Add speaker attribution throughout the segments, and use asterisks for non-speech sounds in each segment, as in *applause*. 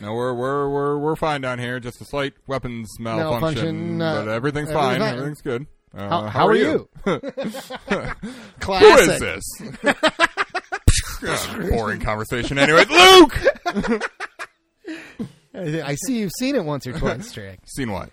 Speaker 1: No, we're we're we're we're fine down here. Just a slight weapons malfunction,
Speaker 2: Malfunction, uh,
Speaker 1: but everything's
Speaker 2: everything's
Speaker 1: fine.
Speaker 2: fine.
Speaker 1: Everything's good. Uh,
Speaker 2: How, how are you?
Speaker 1: *laughs* Who
Speaker 2: *laughs*
Speaker 1: is
Speaker 2: Classic.
Speaker 1: this?
Speaker 2: *laughs*
Speaker 1: Uh, boring conversation. Anyway, Luke.
Speaker 2: Uh, I see you've seen it once or twice, Drake.
Speaker 1: Seen what?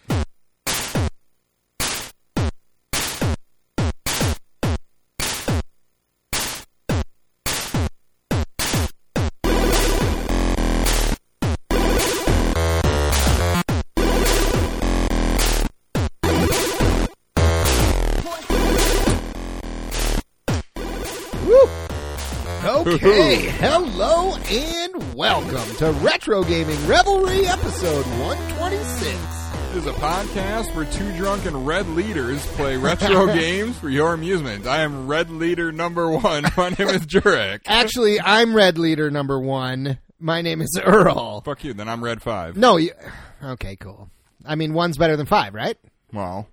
Speaker 2: Okay,
Speaker 1: *laughs*
Speaker 2: hello and welcome to Retro Gaming Revelry episode 126.
Speaker 1: This is a podcast where two drunken red leaders play
Speaker 2: *laughs*
Speaker 1: retro games for your amusement. I am red leader number one. *laughs* My name is Jurek.
Speaker 2: Actually, I'm Red Leader number one. My name is Earl.
Speaker 1: Fuck you. Then I'm red five.
Speaker 2: No, you, okay, cool. I mean, one's better than five, right?
Speaker 1: Well,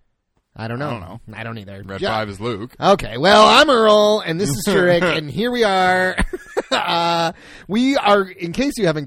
Speaker 2: I don't know.
Speaker 1: I don't know.
Speaker 2: I don't either.
Speaker 1: red
Speaker 2: Yeah.
Speaker 1: five is Luke.
Speaker 2: Okay, well, I'm Earl, and this is
Speaker 1: *laughs*
Speaker 2: Turek, and here we are. *laughs* uh, we are, in case you haven't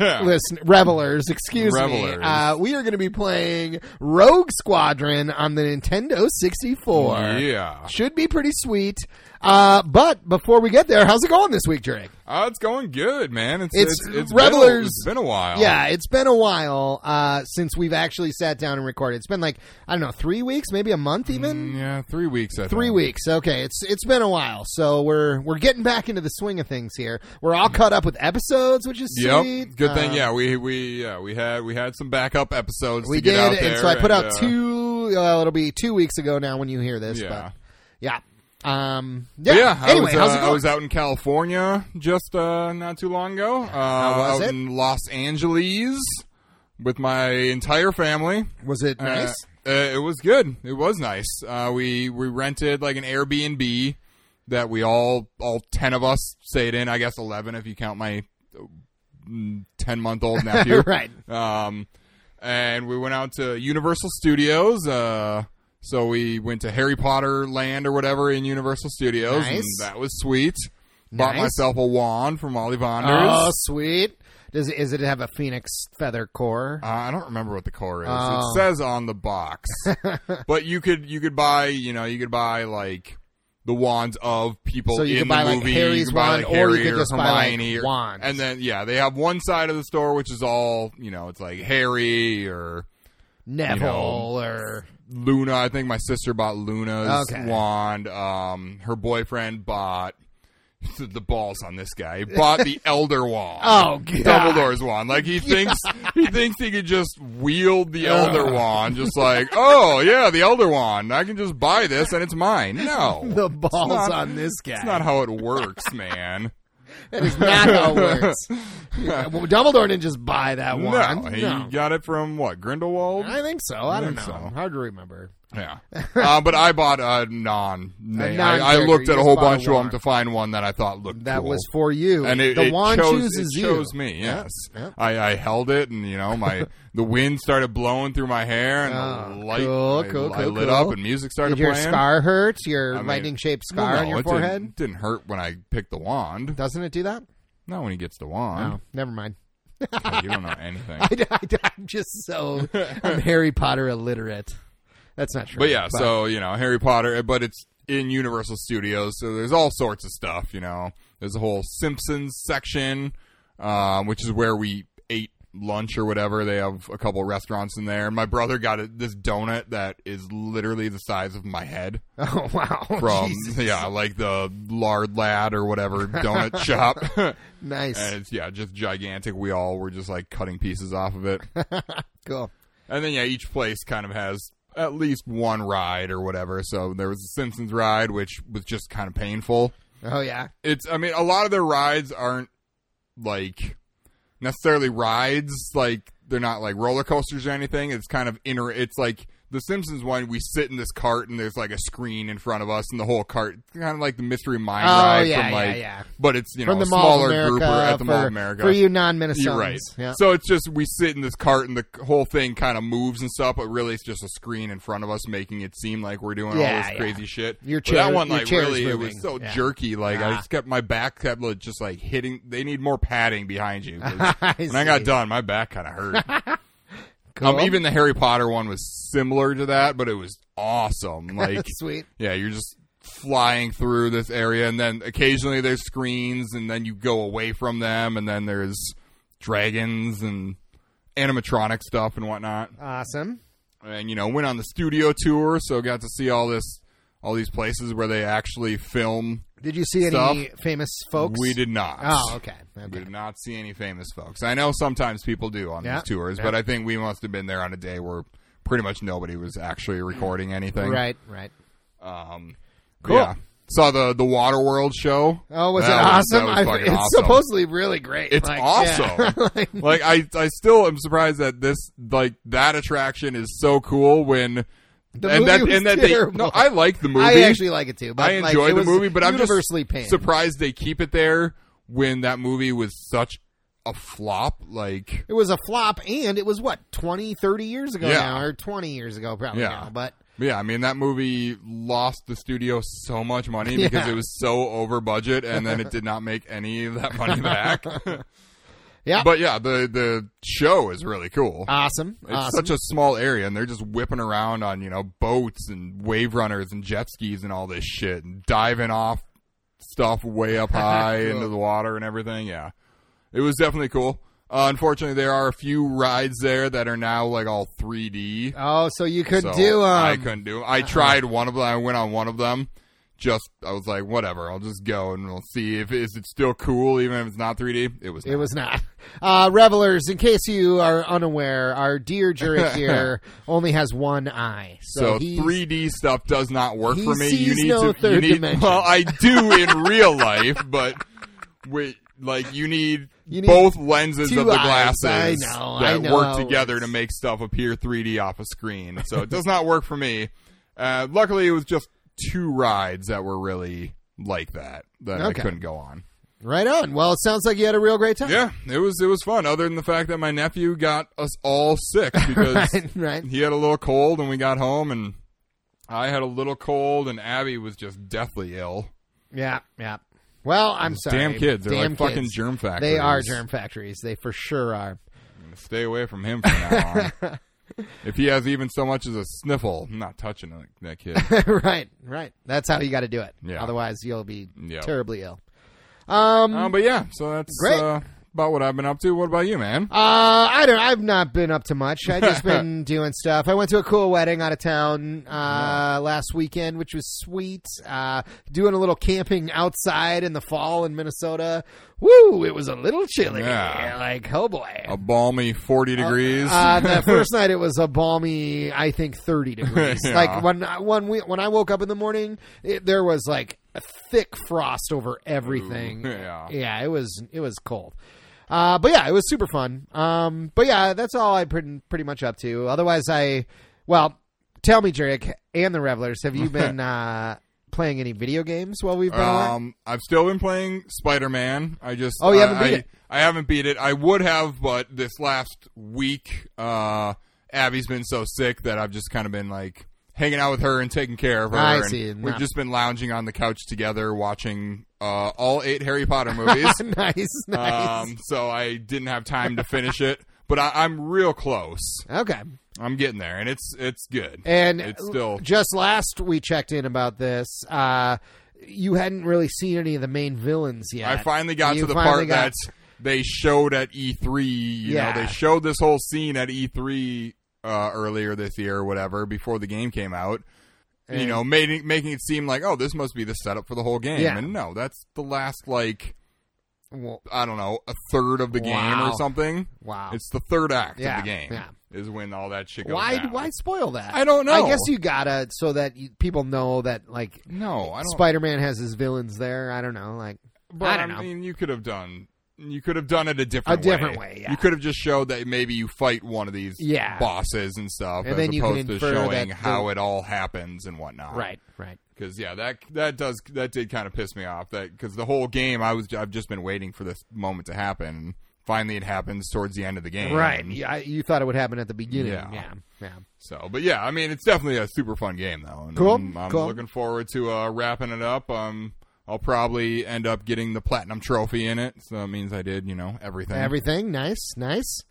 Speaker 1: *laughs*
Speaker 2: listen, revelers, excuse
Speaker 1: Revelers.
Speaker 2: me. Uh, we are going to be playing Rogue Squadron on the Nintendo 64.
Speaker 1: Yeah.
Speaker 2: Should be pretty sweet. Uh, but before we get there, how's it going this week, Turek?
Speaker 1: Uh, it's going good, man. It's
Speaker 2: It's
Speaker 1: it's, it's
Speaker 2: Revelers-
Speaker 1: Been a, it's been a while.
Speaker 2: Yeah, it's been a while uh, since we've actually sat down and recorded. It's been like, I don't know, three weeks, maybe a month even?
Speaker 1: Mm, yeah, three weeks. I
Speaker 2: Three
Speaker 1: think.
Speaker 2: weeks. Okay, it's it's been a while, so we're we're getting back into the swing of things here. We're all caught up with episodes, which is
Speaker 1: Yep.
Speaker 2: sweet.
Speaker 1: Good
Speaker 2: Uh,
Speaker 1: thing. Yeah, we we yeah we had we had some backup episodes.
Speaker 2: we
Speaker 1: to
Speaker 2: did,
Speaker 1: get out there,
Speaker 2: and so I put out
Speaker 1: uh,
Speaker 2: two. Uh, it'll be two weeks ago now when you hear this.
Speaker 1: Yeah.
Speaker 2: but yeah, um,
Speaker 1: but
Speaker 2: yeah.
Speaker 1: Yeah. I
Speaker 2: anyway,
Speaker 1: was, uh,
Speaker 2: how's it
Speaker 1: I
Speaker 2: going?
Speaker 1: was out in California just uh, not too long ago. Uh,
Speaker 2: was
Speaker 1: out
Speaker 2: it?
Speaker 1: in Los Angeles with my entire family.
Speaker 2: Was it nice?
Speaker 1: Uh, uh, it was good. It was nice. Uh, we we rented like an Airbnb that we all all ten of us stayed in. I guess eleven if you count my uh, ten month
Speaker 2: *laughs*
Speaker 1: old nephew.
Speaker 2: right.
Speaker 1: Um, and we went out to Universal Studios. Uh, so we went to Harry Potter Land or whatever in Universal Studios. And
Speaker 2: Nice.
Speaker 1: that was sweet. Bought
Speaker 2: Nice.
Speaker 1: myself a wand from Ollie
Speaker 2: Oh,
Speaker 1: Vonders.
Speaker 2: sweet. Does it, is it have a phoenix feather core?
Speaker 1: Uh, I don't remember what the core is.
Speaker 2: Oh.
Speaker 1: It says on the
Speaker 2: *laughs*
Speaker 1: box, but you could you could buy you know you could buy like the wands of people
Speaker 2: So you
Speaker 1: in
Speaker 2: could buy,
Speaker 1: the
Speaker 2: like,
Speaker 1: movie.
Speaker 2: Harry's
Speaker 1: you could buy,
Speaker 2: wand,
Speaker 1: like,
Speaker 2: or you
Speaker 1: Harry
Speaker 2: could just buy, like,
Speaker 1: Hermione or-
Speaker 2: wands.
Speaker 1: And then yeah, they have one side of the store which is all you know it's like Harry or
Speaker 2: Neville
Speaker 1: know,
Speaker 2: or
Speaker 1: Luna. I think my sister bought Luna's
Speaker 2: Okay.
Speaker 1: wand. Um, her boyfriend bought the balls on this guy. He bought
Speaker 2: *laughs*
Speaker 1: the Elder wand.
Speaker 2: Oh, God.
Speaker 1: Dumbledore's wand. Like
Speaker 2: *laughs*
Speaker 1: he thinks he thinks he could just wield the Elder
Speaker 2: Ugh.
Speaker 1: wand. Just like oh yeah, the Elder wand. I can just buy this and it's
Speaker 2: *laughs*
Speaker 1: mine. No,
Speaker 2: the balls
Speaker 1: not-
Speaker 2: on this guy.
Speaker 1: that's not how it works,
Speaker 2: *laughs*
Speaker 1: man.
Speaker 2: that is not how it works.
Speaker 1: *laughs*
Speaker 2: Yeah, well, Dumbledore didn't just buy that wand.
Speaker 1: No, he got it from what Grindelwald.
Speaker 2: I think so. I don't know.
Speaker 1: think so.
Speaker 2: Hard to remember. *laughs*
Speaker 1: Yeah, uh, but I bought a non. name. I, I
Speaker 2: non-character.
Speaker 1: looked
Speaker 2: You
Speaker 1: at a
Speaker 2: just
Speaker 1: whole
Speaker 2: bought a
Speaker 1: bunch of them
Speaker 2: wand.
Speaker 1: to find one that I thought looked
Speaker 2: That
Speaker 1: cool.
Speaker 2: was for you.
Speaker 1: and it,
Speaker 2: the
Speaker 1: it
Speaker 2: wand
Speaker 1: chose,
Speaker 2: chooses
Speaker 1: it
Speaker 2: you.
Speaker 1: chose me. Yes,
Speaker 2: yeah.
Speaker 1: I, I held it, and you know,
Speaker 2: *laughs*
Speaker 1: my the wind started blowing through my hair, and
Speaker 2: Oh,
Speaker 1: the light
Speaker 2: cool,
Speaker 1: I-
Speaker 2: cool,
Speaker 1: I
Speaker 2: cool,
Speaker 1: lit
Speaker 2: cool.
Speaker 1: up, and music started
Speaker 2: Did your
Speaker 1: playing.
Speaker 2: scar hurt? Your
Speaker 1: I mean,
Speaker 2: lightning shaped
Speaker 1: Well,
Speaker 2: scar
Speaker 1: no,
Speaker 2: on your
Speaker 1: it didn't-
Speaker 2: forehead?
Speaker 1: didn't hurt when I picked the wand.
Speaker 2: Doesn't it do that?
Speaker 1: Not when he gets the
Speaker 2: Oh,
Speaker 1: wand.
Speaker 2: never mind. *laughs* Oh.
Speaker 1: Okay, you don't know anything.
Speaker 2: I, am just so
Speaker 1: *laughs*
Speaker 2: I'm Harry Potter illiterate. That's not true.
Speaker 1: But yeah, so you know, Harry Potter, eh, but it's in Universal Studios, so there's all sorts of stuff. You know, there's a whole Simpsons section, um, which is where we ate lunch or whatever. They have a couple restaurants in there. My brother got a, this donut that is literally the size of my head
Speaker 2: *laughs* oh wow,
Speaker 1: *laughs* from
Speaker 2: Jesus.
Speaker 1: yeah, like the Lard Lad or *laughs* whatever donut shop. and
Speaker 2: nice,
Speaker 1: it's yeah, just gigantic. We all were just like cutting pieces off of it.
Speaker 2: cool.
Speaker 1: And then yeah, each place kind of has at least one ride or whatever. So there was the Simpsons ride, which was just kind of painful.
Speaker 2: Oh yeah,
Speaker 1: It's I mean, a lot of their rides aren't like necessarily rides, like they're not like roller coasters or anything. It's kind of inner it's like the Simpsons one, we sit in this cart and there's like a screen in front of us and the whole cart, kind of like the mystery mine
Speaker 2: Oh,
Speaker 1: ride
Speaker 2: yeah,
Speaker 1: from
Speaker 2: yeah,
Speaker 1: like,
Speaker 2: yeah.
Speaker 1: but it's you know
Speaker 2: from the
Speaker 1: a
Speaker 2: Mall
Speaker 1: smaller
Speaker 2: of America
Speaker 1: group or at the
Speaker 2: for,
Speaker 1: Mall of America.
Speaker 2: for you non-Minnesotans.
Speaker 1: You're right.
Speaker 2: Yeah.
Speaker 1: So it's just we sit in this cart and the whole thing kind of moves and stuff, but really it's just a screen in front of us making it seem like we're doing all
Speaker 2: Yeah,
Speaker 1: this
Speaker 2: yeah.
Speaker 1: crazy shit.
Speaker 2: Your
Speaker 1: But that
Speaker 2: chair-
Speaker 1: one
Speaker 2: your
Speaker 1: like
Speaker 2: chair is
Speaker 1: really it was
Speaker 2: moving.
Speaker 1: so
Speaker 2: Yeah.
Speaker 1: jerky. Like I
Speaker 2: Ah.
Speaker 1: just kept my back kept like, just like hitting. They need more padding behind you.
Speaker 2: *laughs*
Speaker 1: 'cause
Speaker 2: *laughs* I
Speaker 1: when I
Speaker 2: see.
Speaker 1: got done, my back kind of
Speaker 2: *laughs*
Speaker 1: hurt.
Speaker 2: Cool.
Speaker 1: Um,
Speaker 2: *laughs*
Speaker 1: even the Harry Potter one was similar to that, but it was
Speaker 2: *laughs*
Speaker 1: awesome. Like
Speaker 2: sweet.
Speaker 1: yeah, you're just flying through this area, and then occasionally there's screens, and then you go away from them, and then there's dragons and animatronic stuff and whatnot.
Speaker 2: Awesome.
Speaker 1: And you know, went on the studio tour, so got to see all this, all these places where they actually film.
Speaker 2: Did you see any
Speaker 1: Stuff.
Speaker 2: famous folks?
Speaker 1: We did not.
Speaker 2: Oh, okay.
Speaker 1: We
Speaker 2: okay.
Speaker 1: did not see any famous folks. I know sometimes people do on
Speaker 2: Yeah,
Speaker 1: these tours,
Speaker 2: yeah.
Speaker 1: but I think we must have been there on a day where pretty much nobody was actually recording anything.
Speaker 2: Right, right.
Speaker 1: Um,
Speaker 2: Cool.
Speaker 1: Yeah. Saw the the Waterworld show.
Speaker 2: Oh, was
Speaker 1: That
Speaker 2: it awesome?
Speaker 1: that was
Speaker 2: I-
Speaker 1: fucking
Speaker 2: it's
Speaker 1: awesome.
Speaker 2: supposedly really great.
Speaker 1: It's
Speaker 2: Like,
Speaker 1: awesome.
Speaker 2: yeah. *laughs* Like,
Speaker 1: like I, I still am surprised that this like that attraction is so cool when
Speaker 2: The
Speaker 1: and
Speaker 2: movie
Speaker 1: that
Speaker 2: was
Speaker 1: and that they
Speaker 2: terrible.
Speaker 1: no I like the movie.
Speaker 2: I actually like it too. But
Speaker 1: I
Speaker 2: like,
Speaker 1: enjoy
Speaker 2: it
Speaker 1: the
Speaker 2: was
Speaker 1: movie, but I'm just
Speaker 2: universally panned.
Speaker 1: surprised they keep it there when that movie was such a flop. Like
Speaker 2: It was a flop, and it was what 20, 30 years ago
Speaker 1: Yeah.
Speaker 2: now, or twenty years ago probably
Speaker 1: Yeah.
Speaker 2: now. But
Speaker 1: yeah, I mean that movie lost the studio so much
Speaker 2: *laughs*
Speaker 1: money because
Speaker 2: Yeah.
Speaker 1: it was so over budget, and then it did not make any of that money back.
Speaker 2: *laughs* Yeah.
Speaker 1: but yeah, the the show is really cool.
Speaker 2: awesome,
Speaker 1: It's
Speaker 2: awesome.
Speaker 1: such a small area, and they're just whipping around on you know boats and wave runners and jet skis and all this shit, and diving off stuff way
Speaker 2: *laughs*
Speaker 1: up high
Speaker 2: Cool.
Speaker 1: into the water and everything. Yeah, it was definitely cool. Uh, unfortunately, there are a few rides there that are now like all 3D.
Speaker 2: oh, so you could
Speaker 1: so
Speaker 2: do. Um,
Speaker 1: I couldn't do. I tried one of them. I went on one of them. Just I was like, whatever. I'll just go and we'll see if is it still cool, even if it's not 3D. It was.
Speaker 2: It
Speaker 1: not.
Speaker 2: was not. *laughs* Uh, Revelers, in case you are unaware, our dear
Speaker 1: *laughs*
Speaker 2: Jurek here only has one eye. So,
Speaker 1: So
Speaker 2: he's-
Speaker 1: 3D stuff does not work
Speaker 2: he
Speaker 1: for me. you
Speaker 2: sees
Speaker 1: need
Speaker 2: no
Speaker 1: to. you
Speaker 2: third
Speaker 1: need,
Speaker 2: dimension.
Speaker 1: *laughs* Well, I do
Speaker 2: *laughs*
Speaker 1: in real life, but with like you need,
Speaker 2: You need
Speaker 1: both lenses
Speaker 2: two
Speaker 1: of the
Speaker 2: eyes.
Speaker 1: glasses
Speaker 2: I know,
Speaker 1: that
Speaker 2: I know
Speaker 1: work
Speaker 2: how it
Speaker 1: together
Speaker 2: works.
Speaker 1: to make stuff appear 3D off a screen. So it does not work for me. Uh, luckily, it was just two rides that were really like that that I
Speaker 2: Okay.
Speaker 1: couldn't go on.
Speaker 2: Right on. Well, it sounds like you had a real great time. *laughs*
Speaker 1: Yeah, it was it was fun. Other than the fact that my nephew got us all
Speaker 2: *laughs*
Speaker 1: sick because
Speaker 2: Right, right.
Speaker 1: he had a little cold when we got home and I had a little cold and Abby was just deathly ill.
Speaker 2: Yeah, yeah. Well, I'm sorry.
Speaker 1: Damn kids. They're
Speaker 2: Damn
Speaker 1: like fucking
Speaker 2: kids.
Speaker 1: germ factories.
Speaker 2: They are germ factories. They for sure are. *laughs*
Speaker 1: Stay away from him from now on. if he has even so much as a sniffle, I'm not touching that- that
Speaker 2: *laughs*
Speaker 1: kid.
Speaker 2: right, right. That's how you got to do it.
Speaker 1: Yeah.
Speaker 2: Otherwise, you'll be
Speaker 1: Yeah.
Speaker 2: terribly ill. Um,
Speaker 1: um, but yeah, so that's
Speaker 2: Great.
Speaker 1: Uh, about what I've been up to. What about you, man?
Speaker 2: Uh, I don't. I've not been up to much.
Speaker 1: *laughs*
Speaker 2: I've just been doing stuff. I went to a cool wedding out of town uh, last weekend, which was sweet. Uh, doing a little camping outside in the fall in Minnesota. Woo! It was a little chilly.
Speaker 1: Yeah.
Speaker 2: Like oh boy.
Speaker 1: A balmy 40 degrees.
Speaker 2: Uh, the first night it was a balmy, I think,
Speaker 1: *laughs*
Speaker 2: thirty degrees.
Speaker 1: Yeah.
Speaker 2: Like when I- when we when I woke up in the morning, it, there was like a thick frost over everything.
Speaker 1: Ooh, *laughs* yeah.
Speaker 2: yeah, it was it was cold. Uh, but yeah, it was super fun. Um, but yeah, that's all I pretty pretty much up to. Otherwise, I well, tell me, Jerick and the Revelers, have
Speaker 1: *laughs*
Speaker 2: you been uh, playing any video games while we've been away?
Speaker 1: Um, I've still been playing Spider Man. I just
Speaker 2: Oh, you
Speaker 1: I,
Speaker 2: haven't beat
Speaker 1: I,
Speaker 2: it.
Speaker 1: I haven't beat it. I would have, but this last week, uh, Abby's been so sick that I've just kind of been like hanging out with her and taking care of her.
Speaker 2: I
Speaker 1: and
Speaker 2: see.
Speaker 1: We've
Speaker 2: Not-
Speaker 1: just been lounging on the couch together, watching uh, all eight Harry Potter movies.
Speaker 2: nice, *laughs* nice.
Speaker 1: um, so I didn't have time to finish it, but I, I'm real close.
Speaker 2: okay.
Speaker 1: I'm getting there, and it's it's good.
Speaker 2: And
Speaker 1: it's still
Speaker 2: just last we checked in about this. Uh, you hadn't really seen any of the main villains yet.
Speaker 1: I finally got
Speaker 2: You
Speaker 1: to the
Speaker 2: finally
Speaker 1: part
Speaker 2: got-
Speaker 1: that they showed at E3. You
Speaker 2: Yeah.
Speaker 1: know, they showed this whole scene at E3 uh, earlier this year or whatever before the game came out. you
Speaker 2: And-
Speaker 1: know, making making it seem like oh, this must be the setup for the whole game,
Speaker 2: Yeah.
Speaker 1: and no, that's the last like
Speaker 2: Well,
Speaker 1: I don't know a third of the game
Speaker 2: Wow.
Speaker 1: or something.
Speaker 2: wow.
Speaker 1: It's the third act
Speaker 2: Yeah,
Speaker 1: of the game
Speaker 2: yeah.
Speaker 1: is when all that shit goes
Speaker 2: why?
Speaker 1: down.
Speaker 2: Why spoil that?
Speaker 1: I don't know.
Speaker 2: I guess you gotta so that you, people know that like
Speaker 1: no, I don't.
Speaker 2: Spider Man has his villains there. I don't know. Like
Speaker 1: but
Speaker 2: I don't know.
Speaker 1: mean, you could have done. You could have done it a different
Speaker 2: A different way, yeah.
Speaker 1: You could have just showed that maybe you fight one of these
Speaker 2: Yeah.
Speaker 1: bosses and stuff,
Speaker 2: And
Speaker 1: as
Speaker 2: then you can
Speaker 1: opposed to
Speaker 2: infer
Speaker 1: showing
Speaker 2: that
Speaker 1: how
Speaker 2: the-
Speaker 1: it all happens and whatnot.
Speaker 2: Right, right.
Speaker 1: Because yeah, that that does that did kind of piss me off. That because the whole game, I was I've just been waiting for this moment to happen. Finally, it happens towards the end of the game.
Speaker 2: Right. Yeah, I- you thought it would happen at the beginning. Yeah.
Speaker 1: Yeah.
Speaker 2: Yeah.
Speaker 1: So, but yeah, I mean, it's definitely a super fun game though. And
Speaker 2: Cool,
Speaker 1: I'm, I'm
Speaker 2: cool.
Speaker 1: looking forward to uh, wrapping it up. Um, I'll probably end up getting the platinum trophy in it, so that means I did, you know, everything.
Speaker 2: Everything. Nice, nice.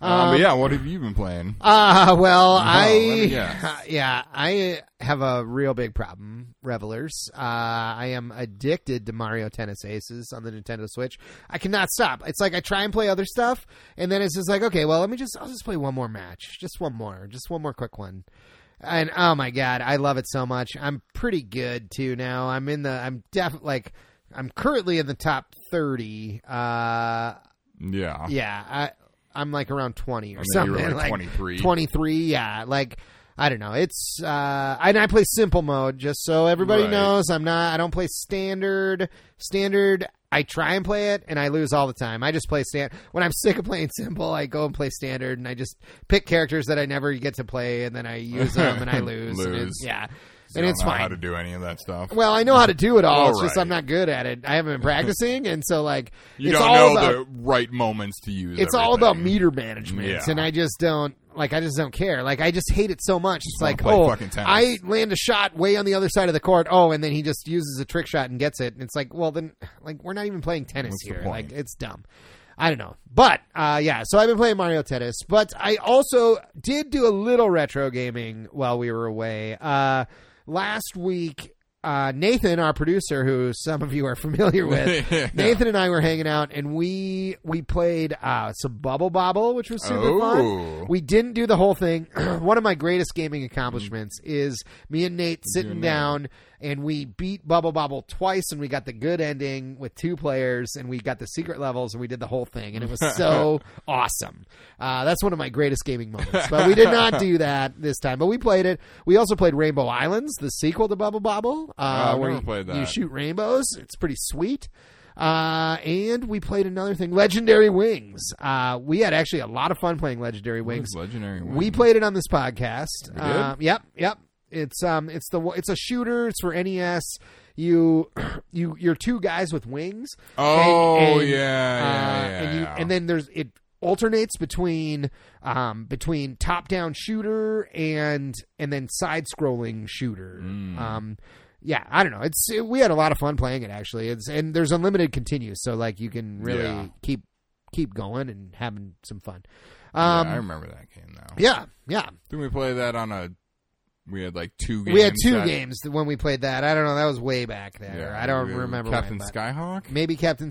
Speaker 1: Um, but yeah, what have you been playing?
Speaker 2: Uh, well, I
Speaker 1: Oh, let me guess.
Speaker 2: *laughs* yeah, I have a real big problem, revelers. Uh, I am addicted to Mario Tennis Aces on the Nintendo Switch. I cannot stop. It's like I try and play other stuff, and then it's just like, okay, well, let me just I'll just play one more match, just one more, just one more quick one. And oh my god, I love it so much. I'm pretty good too now. I'm in the I'm def like I'm currently in the top thirty. Uh,
Speaker 1: Yeah.
Speaker 2: yeah, I I'm like around twenty or
Speaker 1: I mean, you
Speaker 2: something.
Speaker 1: were, like,
Speaker 2: like
Speaker 1: 23.
Speaker 2: 23, Yeah, like I don't know. It's uh, and I play simple mode just so everybody
Speaker 1: Right.
Speaker 2: knows. I'm not. I don't play standard. Standard. I try and play it, and I lose all the time. I just play stand. When I'm sick of playing simple, I go and play standard, and I just pick characters that I never get to play, and then
Speaker 1: *laughs*
Speaker 2: I use them, and I lose. and
Speaker 1: Lose.
Speaker 2: it's- yeah,
Speaker 1: So
Speaker 2: and
Speaker 1: I
Speaker 2: it's
Speaker 1: don't know
Speaker 2: fine.
Speaker 1: how to do any of that stuff.
Speaker 2: Well, I know how to do it all.
Speaker 1: All
Speaker 2: it's just
Speaker 1: right.
Speaker 2: I'm not good at it. I haven't been practicing, and so like
Speaker 1: you
Speaker 2: it's
Speaker 1: don't
Speaker 2: all
Speaker 1: know
Speaker 2: about
Speaker 1: the right moments to use.
Speaker 2: it's all about
Speaker 1: everything.
Speaker 2: meter management,
Speaker 1: Yeah.
Speaker 2: and I just don't like. I just don't care. Like I just hate it so much. It's
Speaker 1: wanna
Speaker 2: like,
Speaker 1: play
Speaker 2: oh,
Speaker 1: fucking tennis.
Speaker 2: I land a shot way on the other side of the court. Oh, and then he just uses a trick shot and gets it. And it's like, well, then, like we're not even playing tennis
Speaker 1: What's the
Speaker 2: here.
Speaker 1: point?
Speaker 2: Like it's dumb. I don't know, but uh, yeah. So I've been playing Mario Tennis, but I also did do a little retro gaming while we were away. Uh, last week, uh, Nathan, our producer, who some of you are familiar with,
Speaker 1: *laughs* Yeah.
Speaker 2: Nathan and I were hanging out, and we we played uh, some Bubble Bobble, which was super
Speaker 1: Oh.
Speaker 2: fun. We didn't do the whole thing. *clears throat* One of my greatest gaming accomplishments is me and Nate sitting
Speaker 1: and Nate.
Speaker 2: down, and we beat Bubble Bobble twice, and we got the good ending with two players, and we got the secret levels, and we did the whole thing, and it was
Speaker 1: *laughs*
Speaker 2: so awesome. Uh, that's one of my greatest gaming moments. But we did
Speaker 1: *laughs*
Speaker 2: not do that this time. But we played it. We also played Rainbow Islands, the sequel to Bubble Bobble. Uh,
Speaker 1: Oh, I've
Speaker 2: where
Speaker 1: never
Speaker 2: you-
Speaker 1: played
Speaker 2: You
Speaker 1: that.
Speaker 2: shoot rainbows. It's pretty sweet. Uh, and we played another thing, Legendary Wings. Uh, we had actually a lot of fun playing Legendary Wings.
Speaker 1: It's legendary.
Speaker 2: We played it on this podcast.
Speaker 1: did?
Speaker 2: Um, yep, yep. It's um, it's the it's a shooter. It's for NES. You *clears throat* you you're two guys with wings.
Speaker 1: Oh
Speaker 2: And- and,
Speaker 1: yeah,
Speaker 2: uh,
Speaker 1: yeah, yeah.
Speaker 2: and, you, and then there's it alternates between um, between top down shooter and and then side scrolling shooter.
Speaker 1: Mm.
Speaker 2: Um, yeah, I don't know. It's it, we had a lot of fun playing it actually. It's and there's unlimited continues, so like you can really
Speaker 1: Yeah.
Speaker 2: keep keep going and having some fun.
Speaker 1: Yeah,
Speaker 2: Um,
Speaker 1: I remember that game now.
Speaker 2: yeah, yeah.
Speaker 1: Didn't we play that on a? We had like two. games
Speaker 2: We had two
Speaker 1: that-
Speaker 2: games when we played that. I don't know. That was way back there. I don't
Speaker 1: we-
Speaker 2: remember. when,
Speaker 1: Captain
Speaker 2: but-
Speaker 1: Skyhawk.
Speaker 2: maybe Captain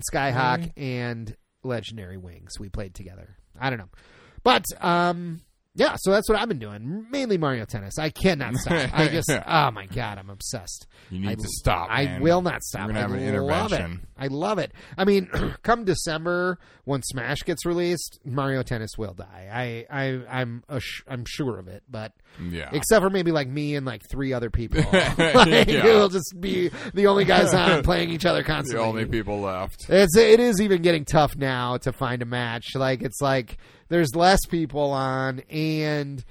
Speaker 1: Mm.
Speaker 2: Skyhawk and Legendary Wings we played together. I don't know. But um yeah, so that's what I've been doing. Mainly Mario Tennis.
Speaker 1: *laughs*
Speaker 2: I cannot stop. I just oh my god, I'm obsessed.
Speaker 1: You need
Speaker 2: I-
Speaker 1: to stop.
Speaker 2: I
Speaker 1: man.
Speaker 2: will not stop.
Speaker 1: We're gonna
Speaker 2: I
Speaker 1: have an
Speaker 2: love
Speaker 1: intervention.
Speaker 2: it. I love it. I mean, *clears throat* come December when Smash gets released, Mario Tennis will die. I I I'm ass- I'm sure of it, but
Speaker 1: Yeah.
Speaker 2: except for maybe like me and like three
Speaker 1: *laughs*
Speaker 2: other people. *laughs* like,
Speaker 1: Yeah.
Speaker 2: We'll just be the only
Speaker 1: *laughs*
Speaker 2: guys on playing each other
Speaker 1: the
Speaker 2: constantly.
Speaker 1: only people left.
Speaker 2: It's it is even getting tough now to find a match. Like it's like there's less people on and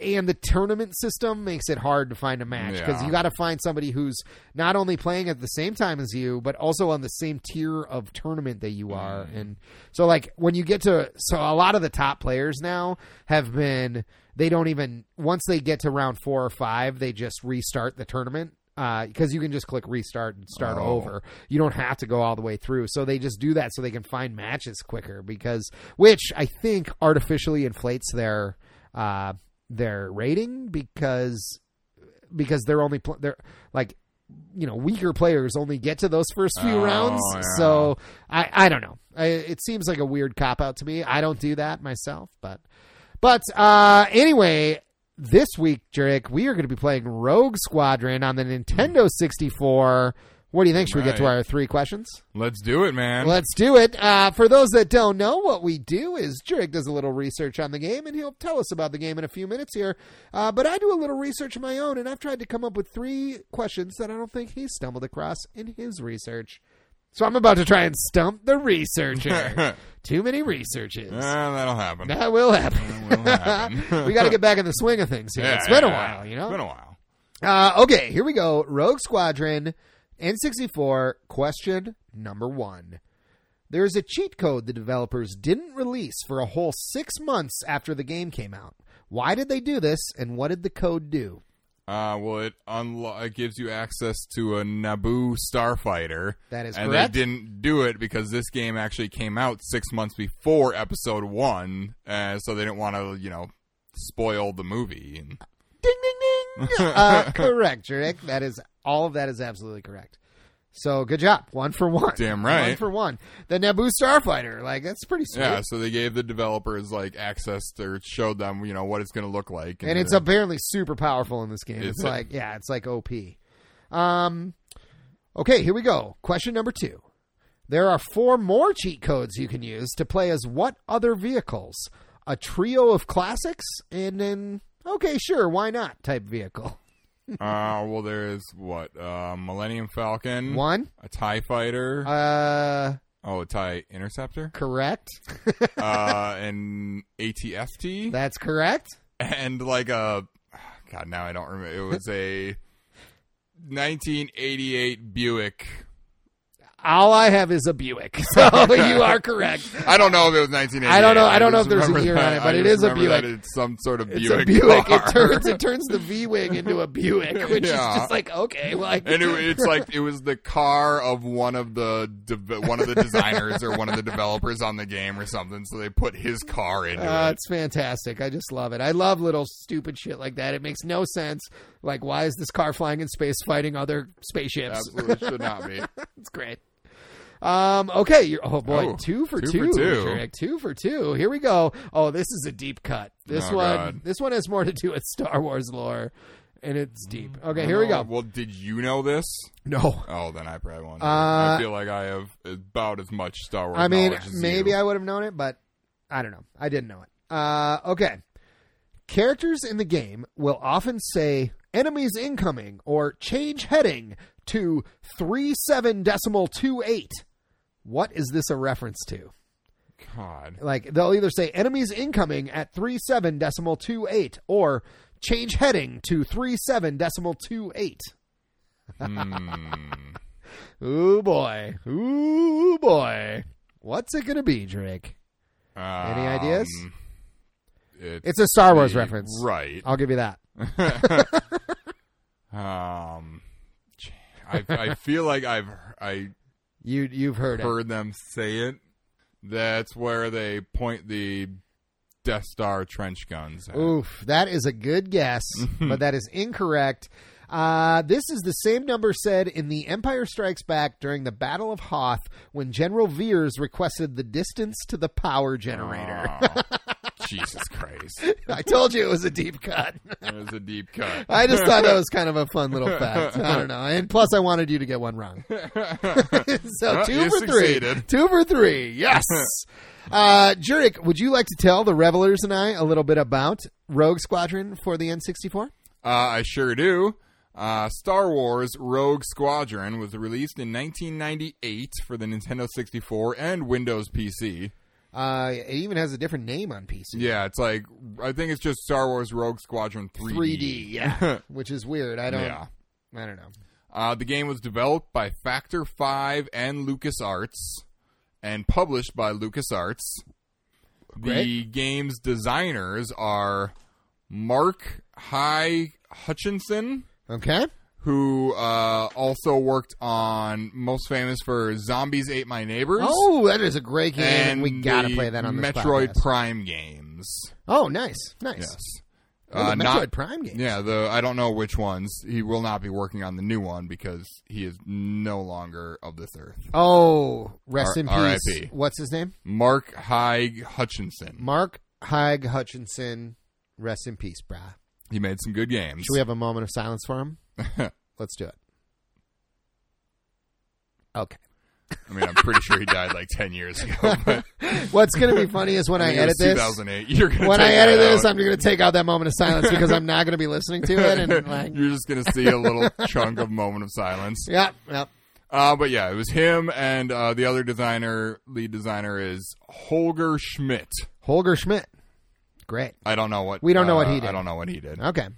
Speaker 2: and the tournament system makes it hard to find a match because
Speaker 1: Yeah.
Speaker 2: you got to find somebody who's not only playing at the same time as you but also on the same tier of tournament that you are and so like when you get to so a lot of the top players now have been they don't even once they get to round 4 or 5 they just restart the tournament because you can just click restart and start
Speaker 1: Oh.
Speaker 2: over. You don't have to go all the way through. So they just do that so they can find matches quicker because which I think artificially inflates their uh their rating because because they're only pl- they're like you know weaker players only get to those first few
Speaker 1: Oh,
Speaker 2: rounds.
Speaker 1: yeah.
Speaker 2: So I I don't know. I, it seems like a weird cop out to me. I don't do that myself, but but uh, anyway, this week, Jerick, we are going to be playing Rogue Squadron on the Nintendo 64. What do you think? Should we get to
Speaker 1: Right.
Speaker 2: our three questions?
Speaker 1: Let's do it, man. *laughs*
Speaker 2: Let's do it. Uh, for those that don't know, what we do is Jerick does a little research on the game, and he'll tell us about the game in a few minutes here. Uh, but I do a little research of my own, and I've tried to come up with three questions that I don't think he stumbled across in his research. So I'm about to try and stump the
Speaker 1: *laughs*
Speaker 2: researcher. Too many researches.
Speaker 1: Eh, that'll happen.
Speaker 2: That will happen.
Speaker 1: That will happen.
Speaker 2: *laughs* we got to get back in the swing of things here.
Speaker 1: Yeah,
Speaker 2: it's been a
Speaker 1: yeah,
Speaker 2: while, you know.
Speaker 1: It's been a while.
Speaker 2: Uh, okay, here we go. Rogue Squadron N64 question number one. There is a cheat code the developers didn't release for a whole six months after the game came out. Why did they do this, and what did the code do?
Speaker 1: Uh, well, it unlo- it gives you access to a Naboo starfighter.
Speaker 2: That is
Speaker 1: and
Speaker 2: correct.
Speaker 1: they didn't do it because this game actually came out six months before Episode One, uh, so they didn't want to, you know, spoil the movie. And
Speaker 2: Ding, ding,
Speaker 1: *laughs*
Speaker 2: ding. uh, correct, Jurek. That is all of that is absolutely correct. So good job, one for one.
Speaker 1: Damn right.
Speaker 2: one for one. The Naboo starfighter, like that's pretty sweet.
Speaker 1: yeah, so they gave the developers like access or showed them, you know, what it's going to look like.
Speaker 2: and it's
Speaker 1: uh,
Speaker 2: apparently super powerful in this game.
Speaker 1: Is
Speaker 2: It's
Speaker 1: it?
Speaker 2: like yeah, it's like OP. Um, okay, here we go. Question number two. There are four more cheat codes you can use to play as what other vehicles? A trio of classics, and then okay, sure, why not? Type vehicle
Speaker 1: uh, well, there's what uh, Millennium Falcon,
Speaker 2: one.
Speaker 1: a Tie Fighter,
Speaker 2: Uh,
Speaker 1: oh, a Tie
Speaker 2: *laughs*
Speaker 1: Interceptor,
Speaker 2: correct.
Speaker 1: uh, an ATST.
Speaker 2: That's correct.
Speaker 1: and like a God, now I don't remember. It was a 1988 Buick.
Speaker 2: All I have is a Buick, *laughs*
Speaker 1: *laughs*
Speaker 2: so you are correct.
Speaker 1: I don't know if it was 1988.
Speaker 2: I don't know- I don't know
Speaker 1: just
Speaker 2: if there's a
Speaker 1: remember
Speaker 2: year on
Speaker 1: that-
Speaker 2: it, but
Speaker 1: I
Speaker 2: it
Speaker 1: just
Speaker 2: is a
Speaker 1: remember
Speaker 2: Buick.
Speaker 1: That it's some sort of
Speaker 2: It's
Speaker 1: Buick.
Speaker 2: a Buick.
Speaker 1: car.
Speaker 2: It turns it turns the V wing into a Buick, which
Speaker 1: Yeah.
Speaker 2: is just like okay, well, I
Speaker 1: And it,
Speaker 2: *laughs*
Speaker 1: it's like it was the car of one of the de- one of the designers or one of the developers on the game or something. So they put his car into
Speaker 2: Uh,
Speaker 1: it.
Speaker 2: it's fantastic. I just love it. I love little stupid shit like that. It makes no sense. Like, why is this car flying in space fighting other spaceships?
Speaker 1: Absolutely should not
Speaker 2: *laughs*
Speaker 1: be.
Speaker 2: it's great. Um, okay. You're, oh, boy.
Speaker 1: Oh,
Speaker 2: two for
Speaker 1: two
Speaker 2: two.
Speaker 1: for two.
Speaker 2: Jarek. Two for two. Here we go. Oh, this is a deep cut. This
Speaker 1: Oh,
Speaker 2: one.
Speaker 1: God.
Speaker 2: This one has more to do with Star Wars lore, and it's deep. Okay, here we
Speaker 1: No,
Speaker 2: go.
Speaker 1: Oh, Well, did you Mm, know this?
Speaker 2: No.
Speaker 1: Oh, then I probably won't.
Speaker 2: Uh,
Speaker 1: I feel like I have about as much Star Wars.
Speaker 2: I mean,
Speaker 1: knowledge as
Speaker 2: maybe
Speaker 1: you.
Speaker 2: I would have known it, but I don't know. I didn't know it. Uh, okay. Characters in the game will often say enemies incoming or change heading to 37.28. What is this a reference to?
Speaker 1: God.
Speaker 2: Like, they'll either say enemies incoming at 37.28 or change heading to 37.28.
Speaker 1: Hmm.
Speaker 2: *laughs* Ooh, boy. Ooh, boy. What's it going to be, Drake?
Speaker 1: Any
Speaker 2: ideas?
Speaker 1: It's,
Speaker 2: It's a Star Wars reference.
Speaker 1: Um, right?
Speaker 2: I'll give you that.
Speaker 1: Um, ch- I, I feel like I've I
Speaker 2: You you've heard it.
Speaker 1: heard them say it. That's where they point the Death Star trench guns. At.
Speaker 2: Oof, that is a good guess,
Speaker 1: *laughs*
Speaker 2: but that is incorrect. Uh, this is the same number said in The Empire Strikes Back during the Battle of Hoth when General Veers requested the distance to the power generator.
Speaker 1: Oh, *laughs* Jesus Christ!
Speaker 2: *laughs* I told you it was a deep cut. *laughs*
Speaker 1: That was a deep cut.
Speaker 2: I just thought that was kind of a fun little fact. I don't know. And plus, I wanted you to get
Speaker 1: *laughs*
Speaker 2: one wrong. *laughs* so
Speaker 1: Well,
Speaker 2: two
Speaker 1: you
Speaker 2: for three.
Speaker 1: succeeded.
Speaker 2: Two for three.
Speaker 1: *laughs*
Speaker 2: Yes. uh, Jurek, would you like to tell the revelers and I a little bit about Rogue Squadron for the N64?
Speaker 1: Uh, I sure do. Uh, Star Wars Rogue Squadron was released in 1998 for the Nintendo 64 and Windows PC.
Speaker 2: Uh, it even has a different name on PC.
Speaker 1: Yeah, it's like I think it's just Star Wars Rogue Squadron 3D. *laughs*
Speaker 2: 3D, yeah, which is weird. I don't.
Speaker 1: Yeah.
Speaker 2: I don't know.
Speaker 1: Uh, the game was developed by Factor 5 and LucasArts and published by LucasArts. The
Speaker 2: Great.
Speaker 1: game's designers are Mark High Hutchinson,
Speaker 2: Okay.
Speaker 1: who uh, also worked on most famous for Zombies Ate My Neighbors.
Speaker 2: Oh, that is a great game.
Speaker 1: and
Speaker 2: we gotta
Speaker 1: the
Speaker 2: play that on this
Speaker 1: Metroid
Speaker 2: podcast.
Speaker 1: Prime games.
Speaker 2: oh, nice, nice.
Speaker 1: Yes.
Speaker 2: Ooh, the
Speaker 1: Uh,
Speaker 2: Metroid
Speaker 1: not
Speaker 2: Prime game.
Speaker 1: Yeah, the I don't know which ones. He will not be working on the new one because he is no longer of this earth.
Speaker 2: Oh, rest
Speaker 1: R-
Speaker 2: in peace.
Speaker 1: R.I.P..
Speaker 2: What's his name?
Speaker 1: Mark Haig Hutchinson.
Speaker 2: Mark Haig Hutchinson. Rest in peace, brah.
Speaker 1: He made some good games.
Speaker 2: Should we have a moment of silence
Speaker 1: *laughs*
Speaker 2: for him? Let's do it. Okay.
Speaker 1: I mean, I'm pretty sure he died like ten years
Speaker 2: *laughs*
Speaker 1: ago. But
Speaker 2: What's gonna be funny
Speaker 1: *laughs*
Speaker 2: is when I,
Speaker 1: think it
Speaker 2: edit
Speaker 1: was
Speaker 2: this.
Speaker 1: 2008. You're gonna
Speaker 2: when
Speaker 1: take
Speaker 2: I edit
Speaker 1: that
Speaker 2: this,
Speaker 1: out.
Speaker 2: I'm going to take out that moment of *laughs* silence because I'm not
Speaker 1: *laughs*
Speaker 2: going *laughs* to be listening to it. And like, *laughs*
Speaker 1: You're just gonna see a little chunk of moment of silence.
Speaker 2: yeah, yeah.
Speaker 1: Uh, but yeah, it was him and uh, the other designer, lead designer is Holger Schmidt.
Speaker 2: Holger Schmidt. Great.
Speaker 1: I don't know what
Speaker 2: We don't know what
Speaker 1: uh,
Speaker 2: he did.
Speaker 1: I don't know what he did.
Speaker 2: Okay.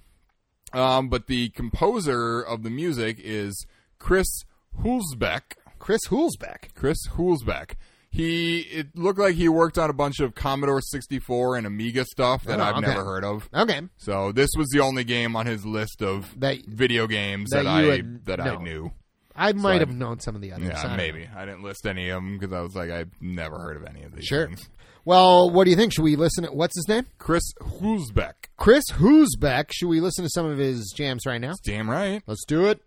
Speaker 1: Um, but the composer of the music is Chris Hulsbeck.
Speaker 2: Chris Hulsbeck.
Speaker 1: Chris Hulsbeck. He it looked like he worked on a bunch of Commodore 64 and Amiga stuff that
Speaker 2: Oh,
Speaker 1: I've
Speaker 2: okay.
Speaker 1: never heard of.
Speaker 2: Okay.
Speaker 1: So this was the only game on his list of
Speaker 2: That
Speaker 1: video games
Speaker 2: that
Speaker 1: that,
Speaker 2: you
Speaker 1: I
Speaker 2: had-
Speaker 1: that
Speaker 2: no.
Speaker 1: I knew.
Speaker 2: I might
Speaker 1: I-
Speaker 2: have known some of the others. I don't
Speaker 1: Yeah,
Speaker 2: know.
Speaker 1: maybe I didn't list any of them because I was like I've never heard of any of these.
Speaker 2: *laughs* Sure.
Speaker 1: things.
Speaker 2: Well, what do you think? Should we listen to what's his name?
Speaker 1: Chris Hulsbeck.
Speaker 2: Chris Hulsbeck. Should we listen to some of his jams right now?
Speaker 1: Damn right.
Speaker 2: Let's do it.